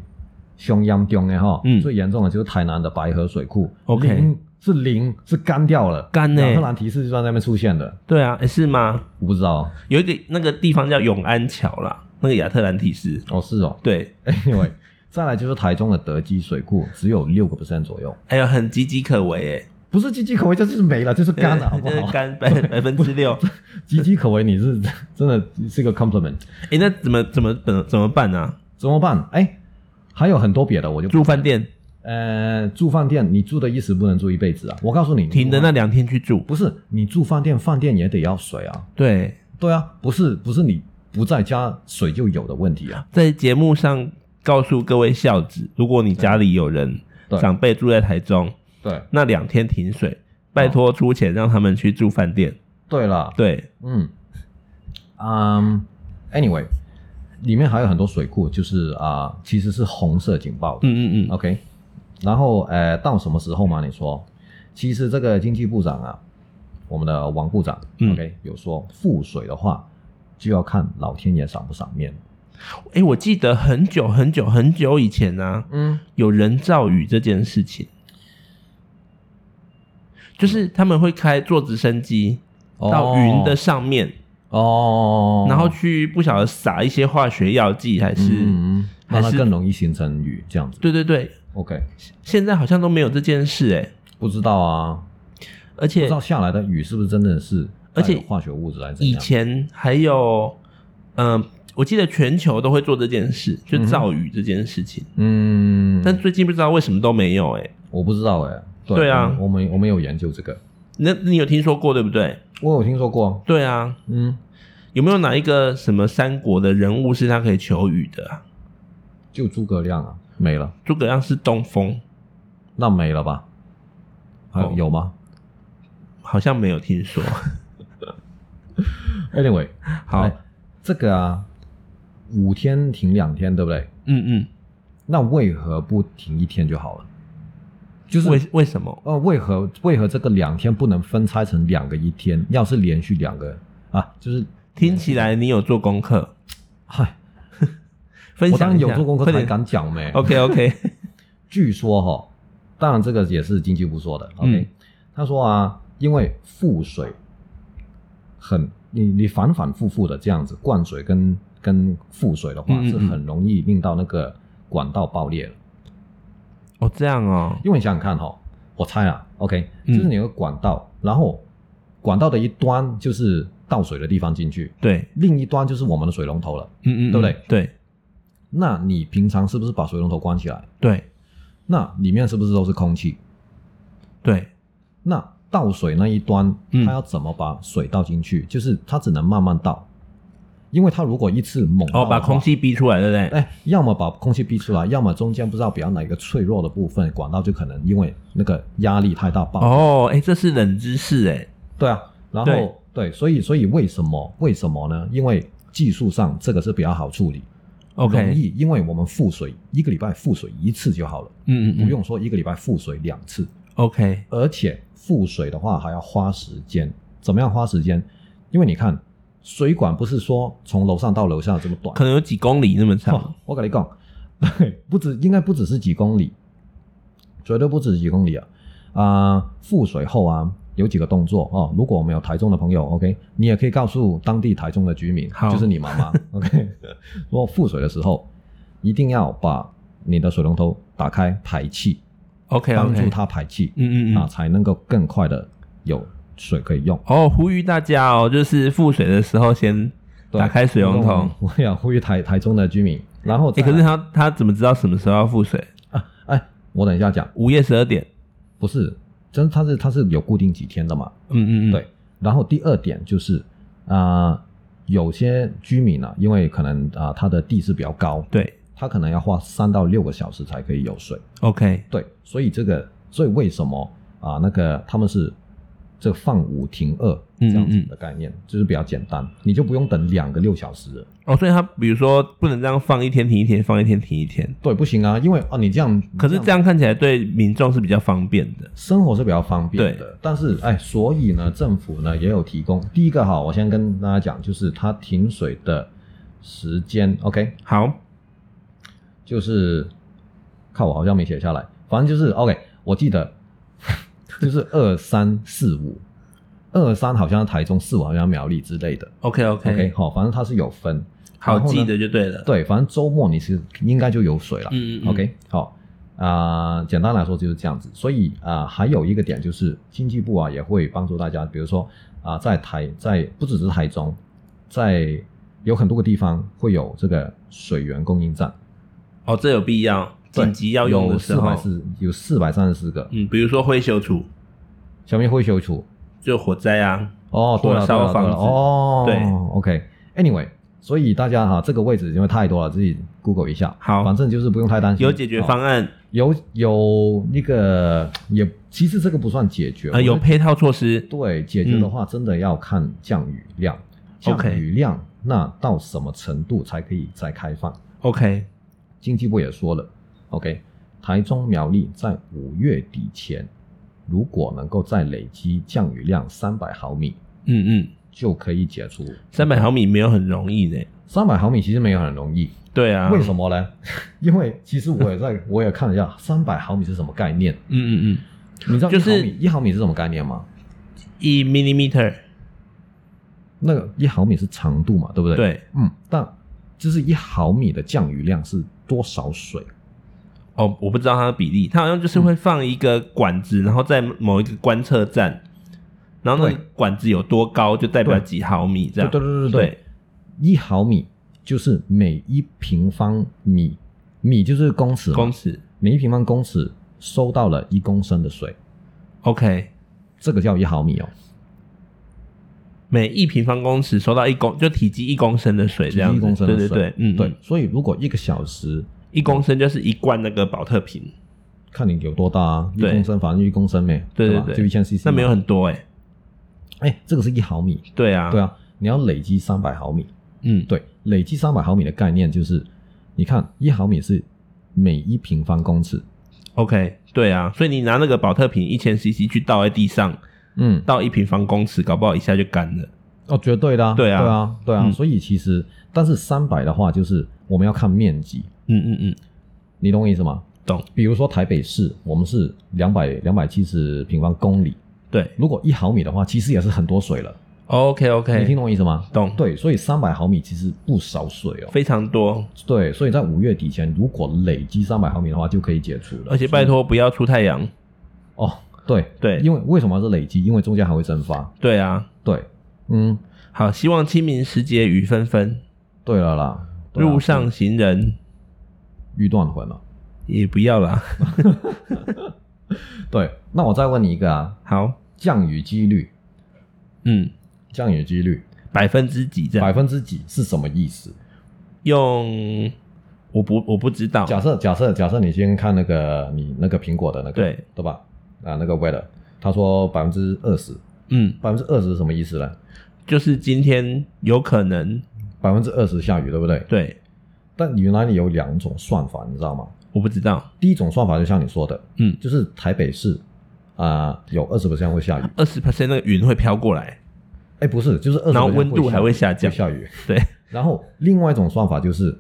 凶殃中的哈，嗯最严重的就是台南的白河水库， OK 零是零，是干掉了，干欸亚特兰提斯就在那边出现的，对啊，诶是吗？我不知道哦有一点那个地方叫永安桥啦，那个亚特兰蒂斯。哦，是哦。 对， Anyway，再来就是台中的德基水库，只有六个 percent 左右，还有哎很岌岌可危诶，不是岌岌可危，就是没了，就是 干了，好不就是好？ 干百百分之 六。岌岌可危，你是真的是个 compliment，诶，那怎么怎么怎么怎么办啊？怎么办？哎，还有很多别的，我就住饭店呃住饭店，你住的一时不能住一辈子啊！我告诉你，你住停的饭那两天去住。不是你住饭店，饭店也得要水啊。对，对啊，不是不是你不在家水就有的问题啊。在节目上告诉各位孝子，如果你家里有人对长辈住在台中，对那两天停水，拜托出钱让他们去住饭店。对了，对，嗯，嗯、a n y w a y 里面还有很多水库，就是啊、其实是红色警报的。嗯嗯嗯， OK，然后呃，到什么时候嘛？你说，其实这个经济部长啊，我们的王部长、嗯 o k 有说富水的话，就要看老天爷赏不赏面。诶，我记得很久很久很久以前啊，嗯，有人造雨这件事情，就是他们会开坐直升机到云的上面，哦，然后去不晓得撒一些化学药剂还是、嗯，还让它是更容易形成雨这样子。对对对， OK，现在好像都没有这件事哎、不知道啊，而不且知道下来的雨是不是真的是而且带有化学物质还是怎以样？前还有，嗯、我记得全球都会做这件事，就造雨这件事情，嗯，但最近不知道为什么都没有哎、我不知道哎、对啊我们我们我们有研究这个，那你有听说过对不对？我有听说过。对啊，嗯，有没有哪一个什么三国的人物是他可以求雨的啊？就诸葛亮啊，没了，诸葛亮是东风，那没了吧？还有、哦有吗好像没有听 说。 ？Anyway，好，哎这个啊，五天停两天，对不对？嗯嗯，那为何不停一天就好了？就是为为什么？呃，为何为何这个两天不能分拆成两个一天？要是连续两个啊，就是听起来你有做功课，嗨，分我当享然一有下做功课快才点敢讲没。 OK OK，据说哈，当然这个也是经济部说的。OK，、嗯他说啊，因为腹水很，你你反反复复的这样子灌水跟跟腹水的话，嗯嗯嗯是很容易令到那个管道爆裂的。哦这样哦，因为你想想看哈，我猜啊，OK，嗯就是你有个管道，然后管道的一端就是倒水的地方进去，对，另一端就是我们的水龙头了。嗯嗯，嗯对不对？对那你平常是不是把水龙头关起来？对那里面是不是都是空气？对，那倒水那一端，嗯它要怎么把水倒进去？就是它只能慢慢倒，因为它如果一次猛倒哦的把话空，气逼出来，对不对？哎，要么把空气逼出来，要么中间不知道比较哪一个脆弱的部分，管道就可能因为那个压力太大爆。哦，哎，这是冷知识哎，对啊，然后对对，所以所以为什么为什么呢？因为技术上这个是比较好处理容 OK，易，因为我们复水一个礼拜复水一次就好了，嗯嗯，不用说一个礼拜复水两次。 OK，而且复水的话还要花时间。怎么样花时间？因为你看，水管不是说从楼上到楼下这么短，可能有几公里那么哦长，我跟你讲， 不止应该不只是几公里，绝对不止几公里啊！啊、复水后啊，有几个动作哦。如果我们有台中的朋友，OK，你也可以告诉当地台中的居民好，就是你妈 妈，OK。如果复水的时候，一定要把你的水龙头打开排气， OK 帮助 OK，它排气。嗯嗯啊，嗯，才能够更快的有水可以用。哦，呼吁大家哦，就是复水的时候先对打开水龙头。， 我也要呼吁台台中的居民。然后哎，再来，可是他他怎么知道什么时候要复水？啊，哎，我等一下讲，午夜十二点，不是，真它是它是有固定几天的嘛？嗯嗯嗯，对。然后第二点就是啊、有些居民啊，因为可能啊、他的地势比较高，对他可能要花三到六个小时才可以有水。 ，OK，对，所以这个，所以为什么啊、那个他们是这个放五停二这样子的概念，就是比较简单，你就不用等两个六小时了。哦，所以他比如说不能这样放一天停一天，放一天停一天。对，不行啊，因为啊，你这样，可是这样看起来对民众是比较方便的。生活是比较方便对的。但是，哎，所以呢，政府呢也有提供。第一个哈，我先跟大家讲，就是它停水的时间，OK，好， 就是看我好像没写下来，反正就是 OK，我记得就是二三四五，二三好像台中，四五好像苗栗之类的。 OK OK，, OK，好、反正它是有分。好然后呢记得就对了。对，反正周末你是应该就有水了。嗯嗯嗯 OK，好啊、简单来说就是这样子。所以啊、还有一个点就是经济部啊也会帮助大家，比如说啊、在台在不只是台中，在有很多个地方会有这个水源供应站，哦，这有必要，对紧急要用的有时四百候，四有四百三十四个，嗯，比如说灰朽土，下面会修除。就火灾啊，哦，对了，火对烧了，对房了，子哦，对，OK，Anyway，、所以大家哈、这个位置因为太多了，自己 Google 一下。好反正就是不用太担心。有解决哦方案，有有那个也，其实这个不算解决，呃，有我觉得配套措施。对解决的话，真的要看降雨量，降 OK 雨量那到什么程度才可以再开放？ OK，经济部也说了，OK，台中苗栗在五月底前，如果能够再累积降雨量三百毫米，嗯嗯，就可以解除。三百毫米没有很容易呢。三百毫米其实没有很容易，对啊，为什么呢？ 因为其实我也在，我也看了一下三百毫米是什么概念。嗯嗯嗯，你知道就是一毫米一毫米是什么概念吗？一 millimeter，那个一毫米是长度嘛，对不对？，对，嗯，但就是一毫米的降雨量是多少水？哦，我不知道它的比例，它好像就是会放一个管子，然后在某一个观测站，然后那个对管子有多高，就代表对几毫米这对样。对对对对，一毫米就是每一平方米，米就是公尺嘛，公尺。每一平方公尺收到了一公升的水， OK，这个叫一毫米哦，每一平方公尺收到一公，就体积一公升的水这样一子。公升对对的水，对，嗯，对嗯，，所以如果一个小时一公升就是一罐那个保特瓶。看你有多大啊，一对公升反正一公升没，对对吧对就一千 CC，那没有嘛，很多哎、欸。哎，这个是一毫米，对啊，对，啊，你要累积三百毫米，嗯，对，累积三百毫米的概念就是，你看一毫米是每一平方公尺， ，OK，对啊，所以你拿那个保特瓶一千 CC 去倒在地上，嗯，倒一平方公尺，搞不好一下就干了。哦，绝对的、啊，对啊对啊，对啊，嗯所以其实，但是三百的话，就是我们要看面积，嗯嗯嗯，你懂我意思吗？懂。比如说台北市，我们是两百两百七十平方公里，对如果一毫米的话，其实也是很多水了， ，OK 你 OK，听懂我意思吗？懂，对，所以三百毫米其实不少水哦。非常多，对，所以在五月底前，如果累积三百毫米的话，就可以解除了。而且拜托不要出太阳。哦，对对因为为什么是累积？因为中间还会蒸发。对啊，对，嗯，好，希望清明时节雨纷纷，对了啦，对啊路上行人欲断魂了。也不要啦。对，那我再问你一个啊，好，降雨几率，嗯，降雨几率百分之几这百样？分之几是什么意思？用我不我不知道，假设假设假设你先看那个你那个苹果的那个，对对吧？啊，那个 weather，他说百分之二十，嗯，百分之二十是什么意思呢？就是今天有可能百分之二十下雨，对不对？对，但原来你有两种算法，你知道吗？我不知道，第一种算法就像你说的，嗯，就是台北市啊、有二十会下雨，二十 percent 那个云会飘过来，哎，不是，就是二十，然后温度还会下降下雨。对，然后另外一种算法就是，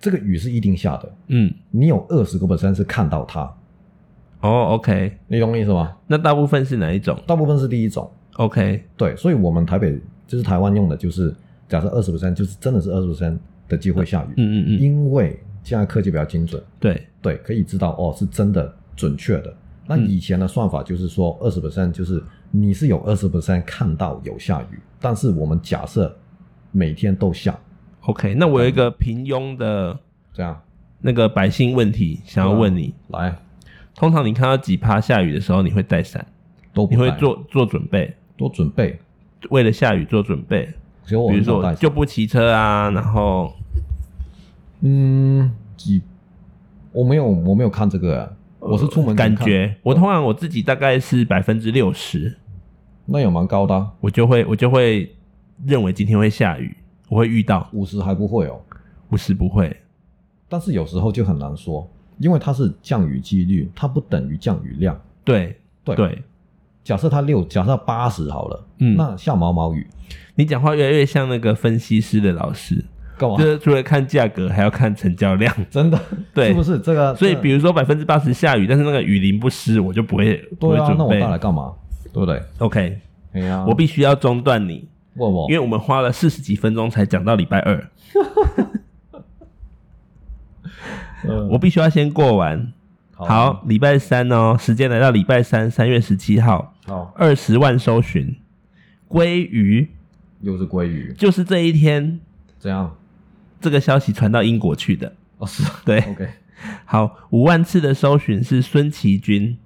这个雨是一定下的，嗯，你有二十个 percent 是看到它，哦，OK，你懂我意思吗？那大部分是哪一种大部分是第一种， ？OK，对，所以我们台北就是台湾用的就是假设二十就是真的是二十的机会下雨，嗯嗯嗯，因为现在科技比较精准，对，对，可以知道哦是真的准确的。那嗯以前的算法就是说二十就是你是有二十看到有下雨，但是我们假设每天都下， OK，那我有一个平庸的这样那个百姓问题想要问你：来通常你看到几趴下雨的时候，你会带伞？都不你会带做做准备，多准备，为了下雨做准备，其实我比很如少说带我就不骑车啊，然后嗯几，我没有我没有看这个、啊我是出门呃前感看觉我通常我自己大概是百分之六十，那也蛮高的啊我就会我就会认为今天会下雨，我会遇到，五十还不会哦，五十不会。但是有时候就很难说，因为它是降雨几率，它不等于降雨量。对对，对，假设它六，假设八十好了，嗯那下毛毛雨，你讲话越来越像那个分析师的老师，干嘛就？是除了看价格，还要看成交量。真的，对 是不是这个？所以，这个比如说百分之八十下雨，但是那个雨淋不湿，我就不会不会对啊，那准我备带。来干嘛？对不对？ OK，哎呀，我必须要中断你，问我因，为我们花了四十几分钟才讲到礼拜二，嗯哦我必须要先过完。好，礼拜三哦，时间来到礼拜三，三月十七号，好，二十万搜嗯寻鲑鱼，又是鲑鱼，就是这一天这样这个消息传到英国去的。哦是对， ，OK 好，五万次的搜寻是孙琦君，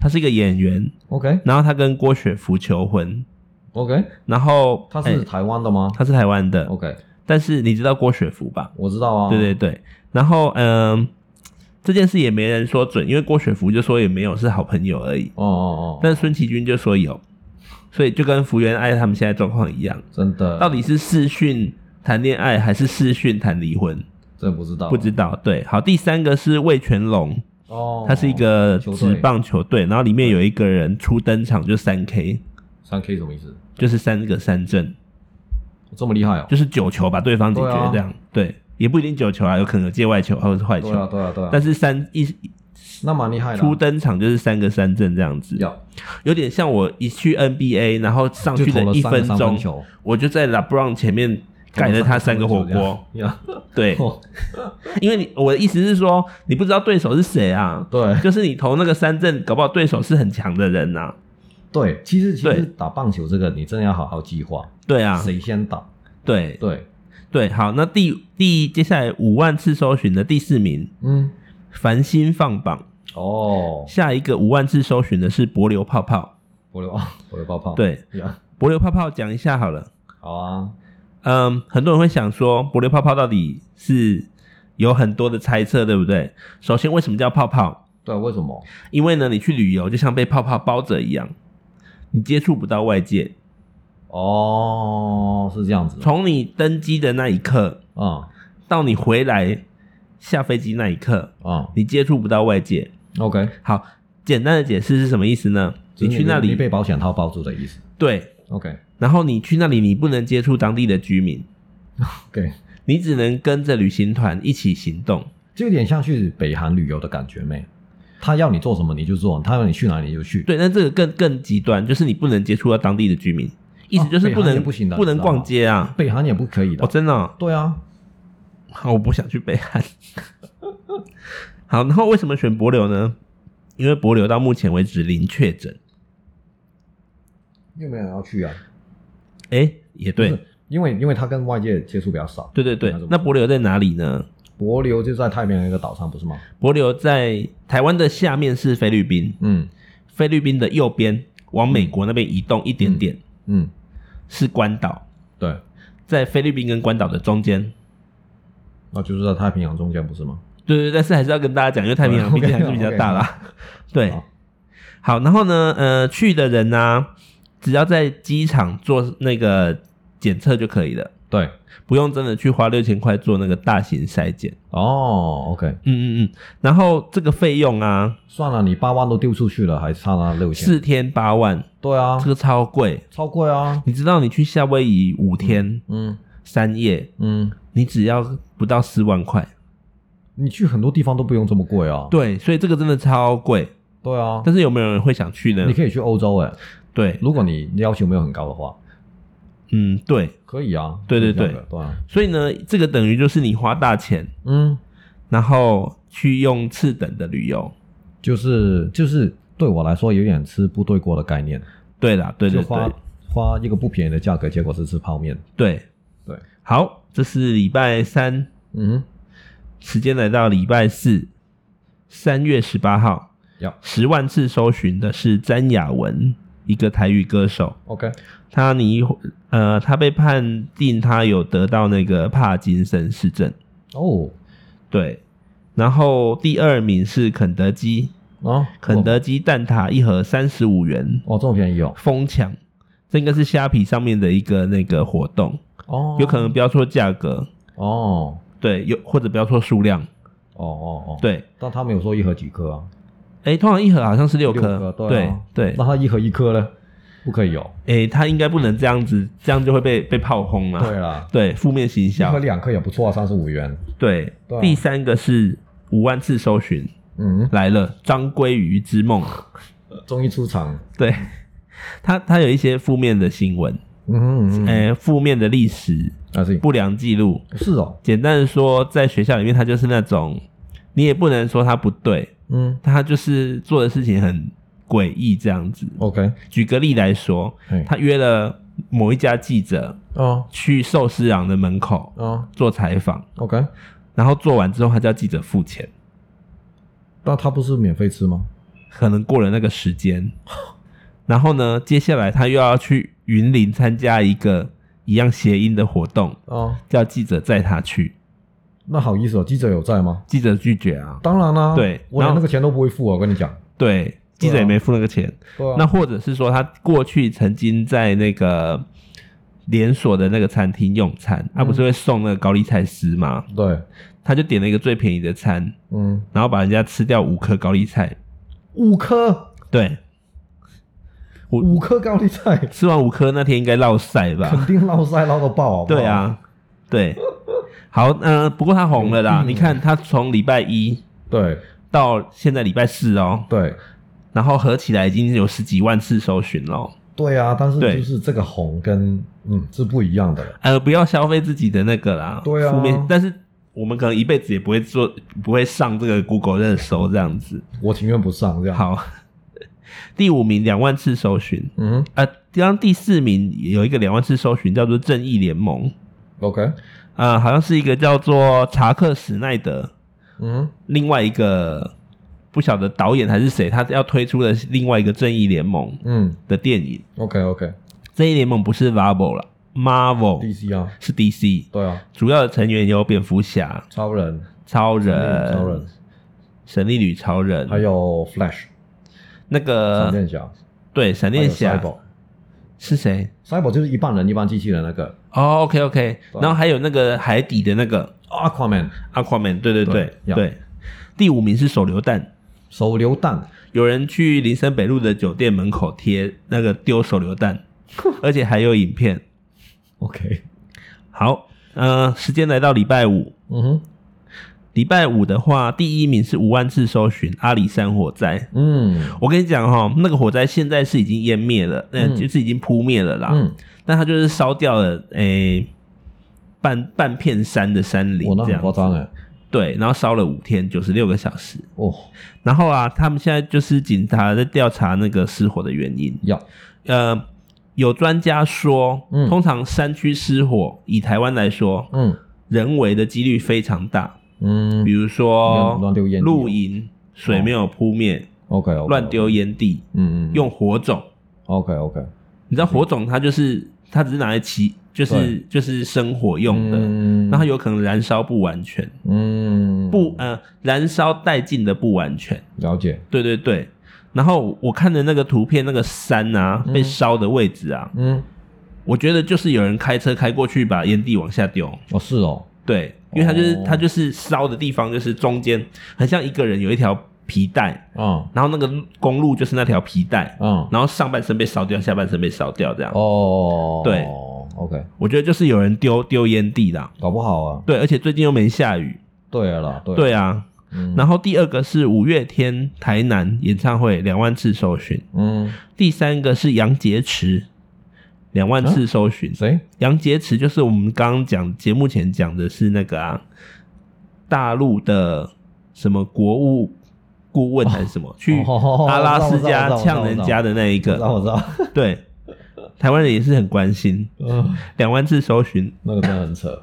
他是一个演员， OK 然后他跟郭雪芙求婚， OK，然后他是哦哎台湾的吗他是台湾的， ？OK，但是你知道郭雪芙吧？我知道啊，对对对，然后嗯、这件事也没人说准，因为郭雪芙就说也没有是好朋友而已，哦哦哦，但孙琦君就说有，所以就跟福原爱他们现在状况一样，真的，到底是视讯谈恋爱还是视讯谈离婚？真不知道，不知道。对，好，第三个是魏全龙，哦，他是一个球职队棒球队，然后里面有一个人初登场就三 K，三 K 什么意思？就是三个三振，这么厉害哦就？是九球把对方解对啊决这样。对，也不一定九球啊，有可能有界外球或者是坏对球，啊对啊对啊，但是三一那蛮厉害的啊，初登场就是三个三振这样子，要有点像我一去 NBA，然后上就去的投了一三个分三钟分，球，我就在 LeBron 前面盖了他三个火锅。呀， 哦对，因为你我的意思是说，你不知道对手是谁啊，对就是你投那个三振，搞不好对手是很强的人呐、啊对，其实其对实打棒球这个你真的要好好计划，对啊，谁先打？对对，对，好，那第第接下来五万次搜寻的第四名，嗯，繁星放榜，哦，下一个五万次搜寻的是柏流泡泡。我的啊， 我的泡泡，对，呀，柏流泡泡讲一下好了。好啊，嗯，很多人会想说，柏流泡泡到底是有很多的猜测，对不对？首先，为什么叫泡泡？对，为什么？因为呢，你去旅游就像被泡泡包着一样，你接触不到外界。哦，是这样子，从你登机的那一刻啊到你回来下飞机那一刻，啊你接触不到外界。 ，OK，好，简单的解释是什么意思呢？就是你去那你里，被保险套包住的意思对， ，OK 然后你去那里，你不能接触当地的居民， OK，你只能跟着旅行团一起行动。就有点像去北韩旅游的感觉没？他要你做什么你就做，他要你去哪里你就去，对，那这个更更极端，就是你不能接触到当地的居民，意思哦就是北不韩也能、不行的能你知道吗逛街啊。北韩也不可以的哦，，真的哦、对啊，好，我不想去北韩。 好，然后为什么选柏流呢？因为柏流到目前为止零确诊。又没有人要去啊，哎、也对，不是，因为因为他跟外界接触比较少，对对对那怎么。那柏流在哪里呢？帛琉就在太平洋一个岛上，不是吗？柏流在台湾的下面是菲律宾，嗯菲律宾的右边往美国那边移动一点点、嗯，是关岛，对，在菲律宾跟关岛的中间。那就是在太平洋中间，不是吗？对对，对但是还是要跟大家讲，因为太平洋 OK，毕竟还是比较大啦。对好，好，然后呢，呃，去的人呢、啊只要在机场做那个检测就可以了，对，不用真的去花六千块做那个大型筛检。哦，OK，嗯嗯嗯，然后这个费用啊，算了，你八万都丢出去了，还差那六千，，四天八万，对啊这，个超贵。超贵啊，你知道你去夏威夷五天嗯三夜，嗯，你只要不到四万块。你去很多地方都不用这么贵啊，对，所以这个真的超贵。对啊，但是有没有人会想去呢你？可以去欧洲哎，对，如果你要求没有很高的话，嗯，对，可以啊，对对可以这样对的对啊，所以呢，这个等于就是你花大钱，嗯，然后去用次等的旅游。就是就是对我来说有点吃部队锅的概念，对啦，对就对花对花一个不便宜的价格，结果是吃泡面，对，对，好，这是礼拜三，嗯时间来到礼拜四，三月十八号，哼，要十万次搜寻的是詹雅文，一个台语歌手。 OK，他你呃，他被判定他有得到那个帕金森氏症，哦，对。然后第二名是肯德基，啊，肯德基蛋挞一盒三十五元，哦，这么便宜哦，疯抢，这应该是虾皮上面的一个那个活动，哦，有可能标错价格，哦，对，有或者标错数量，哦哦哦，，对。但他没有说一盒几颗啊，哎，通常一盒好像是六颗，六颗对啊对对那他一盒一颗呢？不可以有。哦 诶、他应该不能这样子，这样就会被被炮轰了、对啊啦，对，负面行 一盒销。两克也不错啊，三十五元。对，对啊第三个是五万次搜寻嗯，来了，张鲑鱼之梦。终于出场。对， 它它有一些负面的新闻，嗯哼嗯嗯，诶、呃负面的历史、啊是哎不良记录。是哦，简单的说，在学校里面，他就是那种，你也不能说他不对，嗯他就是做的事情很诡异这样子。 ，OK，举个例来说，嘿他约了某一家记者哦去寿司郎的门口哦做采访， ，OK，然后做完之后，他叫记者付钱，那他不是免费吃吗？可能过了那个时间，然后呢，接下来他又要去云林参加一个一样谐音的活动，哦，叫记者载他去，那好意思哦，记者有在吗？记者拒绝啊，当然啦、对我然后连那个钱都不会付啊，我跟你讲。对，记者也没付那个钱。对啊那或者是说，他过去曾经在那个连锁的那个餐厅用嗯餐，他不是会送那个高丽菜丝吗？对，他就点了一个最便宜的餐，嗯，然后把人家吃掉五颗高丽菜。五颗对，我五颗高丽菜，吃完五颗那天应该落晒肯吧？定捞塞捞到爆好不啊好对，啊，对。好，嗯、不过他红了啦。嗯你看，他从礼拜一对到现在礼拜四哦，对然后合起来已经有十几万次搜寻了哦。对啊，但是对就是这个红跟嗯是不一样的了。呃，不要消费自己的那个啦，对啊负面。但是我们可能一辈子也不会做，不会上这个 Google 热搜这样子。我情愿不上这样。，好，第五名两万次搜寻，嗯啊，刚刚第四名有一个两万次搜寻叫做正义联盟， ，OK，啊、好像是一个叫做查克史奈德，嗯另外一个不晓得导演还是谁，他要推出的另外一个正义联盟嗯的电影。 ，OK OK，正义联盟不是 Marvel 了，Marvel DC 啊，是 DC，对啊，主要的成员有蝙蝠侠。超人，超人、超人，神力女超人，还有 Flash 那闪个电侠，对闪还有电侠哎 Cyborg。是谁？ Cyber 就是一半人一半机器人那个哦，OK OK，然啊后还有那个海底的那个 Aquaman Aquaman，对对对对对。第五名是手榴弹，手榴弹，有人去林森北路的酒店门口贴那个丢手榴 弹，而且还有影片。 OK，好，呃，时间来到礼拜五，嗯哼，礼拜五的话，第一名是五万次搜寻阿里山火灾。嗯我跟你讲哈、那个火灾现在是已经湮灭了，那、嗯就是已经扑灭了啦。嗯，但它就是烧掉了诶、半半片山的山林我那这很样夸子，张哎，对，然后烧了五天，九十六个小时。哦然后啊，他们现在就是警察在调查那个失火的原因。呀，呃，有专家说，嗯通常山区失火，以台湾来说，嗯人为的几率非常大，嗯比如说乱丢烟蒂啊露营，水没有扑灭， ，OK，乱丢，烟蒂，嗯嗯，用火种。 OK OK，你知道火种它就是它只是拿来起，就是就是生火用的，嗯然后有可能燃烧不完全，嗯不呃燃烧殆尽的不完全，了解，对对对。然后我看的那个图片，那个山啊被烧的位置啊，嗯，我觉得就是有人开车开过去把烟蒂往下丢，哦是哦，对，因为它就是、哦它就是烧的地方就是中间很像一个人有一条皮带，嗯然后那个公路就是那条皮带，嗯，然后上半身被烧掉，下半身被烧掉这样。哦，对，OK，我觉得就是有人丢丢烟蒂啦，搞不好啊，对，而且最近又没下雨，对了啦，对，对啊。嗯然后第二个是五月天台南演唱会两万次搜寻，嗯，第三个是杨洁篪两万次搜寻。谁？杨洁篪就是我们刚刚讲节目前讲的是那个啊，大陆的什么国务顾问还是什么，去哦哦哦阿拉斯我知道加我知道呛人家的那一我知道个，我知道，对，台湾人也是很关心，嗯两万次搜寻。那个真的很扯，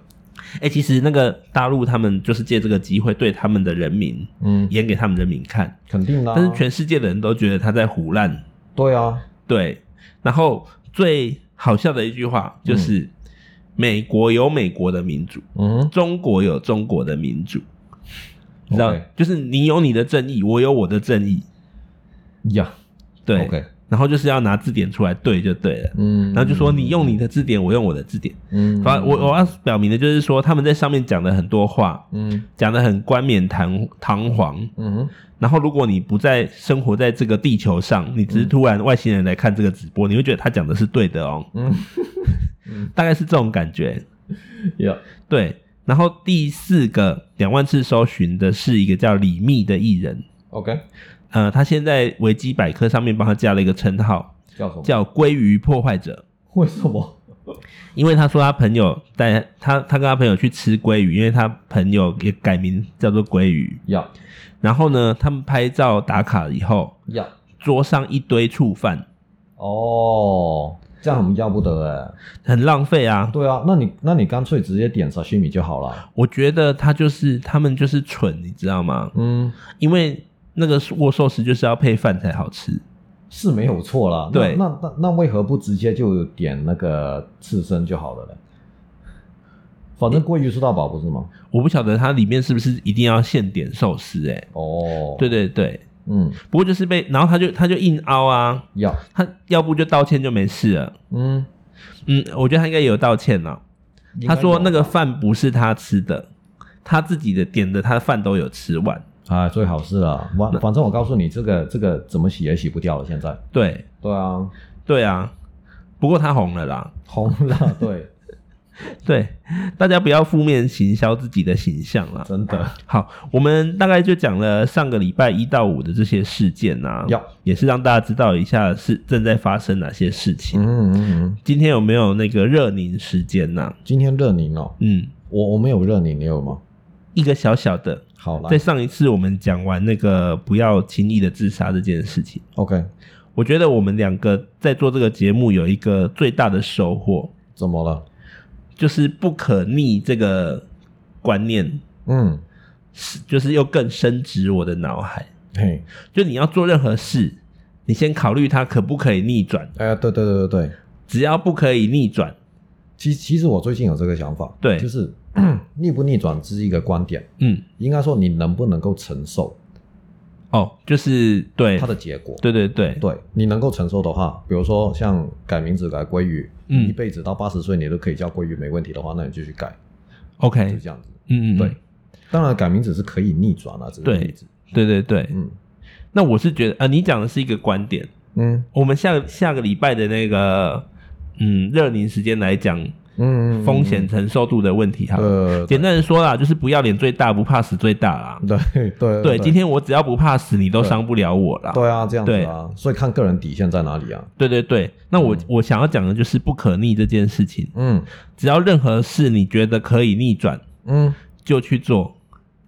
哎、其实那个大陆他们就是借这个机会对他们的人民嗯，演给他们人民看，肯定啦，但是全世界的人都觉得他在胡乱。对啊，对，然后最好笑的一句话就是：美国有美国的民主，嗯，中国有中国的民主。你知道 OK 就是你有你的正义，我有我的正义。呀对，OK，然后就是要拿字典出来对就对了。嗯，然后就说你用你的字典，我用我的字典。嗯，反我我要表明的就是说，他们在上面讲的很多话，嗯讲的很冠冕堂堂皇。嗯哼然后如果你不在生活在这个地球上，你只是突然外星人来看这个直播，你会觉得他讲的是对的哦， 嗯，大概是这种感觉。呀，对，然后第四个两万次搜寻的是一个叫李密的艺人， OK，呃，他现在维基百科上面帮他加了一个称号，叫什么？叫“鲑鱼破坏者 为什么？”，因为他说他朋友带他，他跟他朋友去吃鲑鱼，因为他朋友也改名叫做鲑鱼。呀然后呢，他们拍照打卡以后，呀，桌上一堆触犯，哦，这样我们要不得很浪费啊哎。。对啊，那你那你干脆直接点沙西米就好了。我觉得他就是他们就是蠢，你知道吗？嗯，因为那个握寿司就是要配饭才好吃。是没有错啦。那对那那那为何不直接就点那个刺身就好了呢？反正鲑鱼吃到饱不是吗？我不晓得它里面是不是一定要现点寿司、欸，哦，对，对对。嗯，不过就是被，然后他就他就硬凹啊，要，他要不就道歉就没事了。嗯，嗯，我觉得他应该也有道歉了。应该他说有那个饭不是他吃的，他自己的点的，他的饭都有吃完。啊，最好是啊，反反正我告诉你，这个这个怎么洗也洗不掉了。现在，对对啊，对啊，不过他红了啦。红了，对， 对，大家不要负面行销自己的形象啦。真的 好，我们大概就讲了上个礼拜一到五的这些事件啊，要，也是让大家知道一下是正在发生哪些事情。嗯嗯嗯，今天有没有那个热凝时间呐、今天热凝哦，嗯，我我没有热凝，你有吗？一个小小的，好来在上一次我们讲完那个不要轻易的自杀这件事情， ，OK，我觉得我们两个在做这个节目有一个最大的收获，怎么了？就是不可逆这个观念，嗯，是就是又更深植我的脑海。嘿，就你要做任何事，你先考虑它可不可以逆转，哎、对对对对对，只要不可以逆转，其其实我最近有这个想法，对就是 逆不逆转只是一个观点，嗯，应该说你能不能够承受哦，就是对它，的结果。对对对，对你能够承受的话，比如说像改名字改鲑鱼，嗯一辈子到八十岁你都可以叫鲑鱼没问题的话，那你继续改，就 OK，这样子。嗯嗯，嗯对，当然改名字是可以逆转啊，只是对例子。对对对，嗯那我是觉得，呃，你讲的是一个观点。嗯我们下下个礼拜的那个，嗯，热宁时间来讲嗯，风险承受度的问题哈。呃，对简单的说啦，就是不要脸最大，不怕死最大啦。对对对，今天我只要不怕死，你都伤不了我啦。对啊，这样子啊，所以看个人底线在哪里啊。对对对，那我、嗯我想要讲的就是不可逆这件事情。嗯只要任何事你觉得可以逆转，嗯，就去做。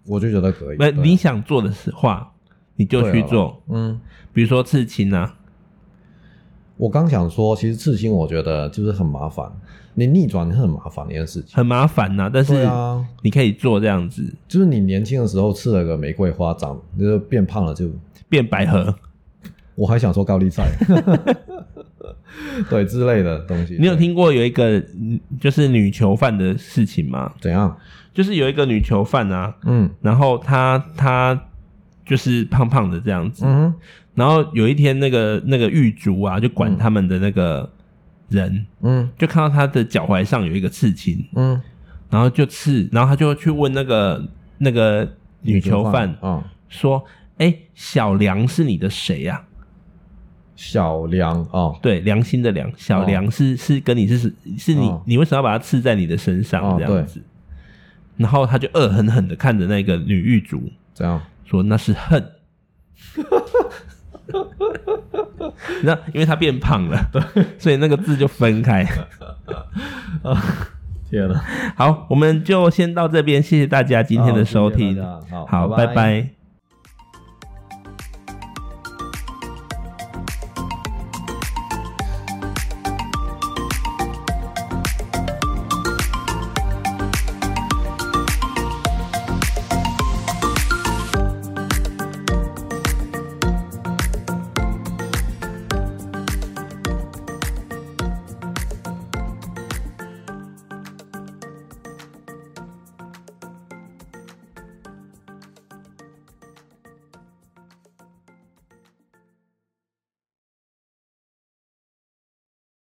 我就觉得可以。那对啊你想做的事话，你就去做。嗯，比如说刺青啊，我刚想说，其实刺青我觉得就是很麻烦，你逆转是很麻烦的一件事情。很麻烦呐、但对是啊，你可以做这样子，就是你年轻的时候刺了个玫瑰花，长就是变胖了就，变百合。我还想说高丽菜， 对之类的东西。你有对听过有一个嗯就是女囚犯的事情吗？怎样？就是有一个女囚犯啊，嗯然后她她就是胖胖的这样子，嗯然后有一天那个那个狱卒啊，就管他们的那个人，嗯就看到她的脚踝上有一个刺青，嗯，然后就刺，然后他就去问那个那个女囚犯啊、说：“哎、小梁是你的谁呀、小梁啊、对，良心的良，小哦梁是、是跟你是是是你、哦你为什么要把它刺在你的身上哦这样子？然后他就恶狠狠的看着那个女狱卒怎样？说：“那是恨。” 那因为他变胖了，所以那个字就分开。天哪！好，我们就先到这边，谢谢大家今天的收听，好，好，拜拜拜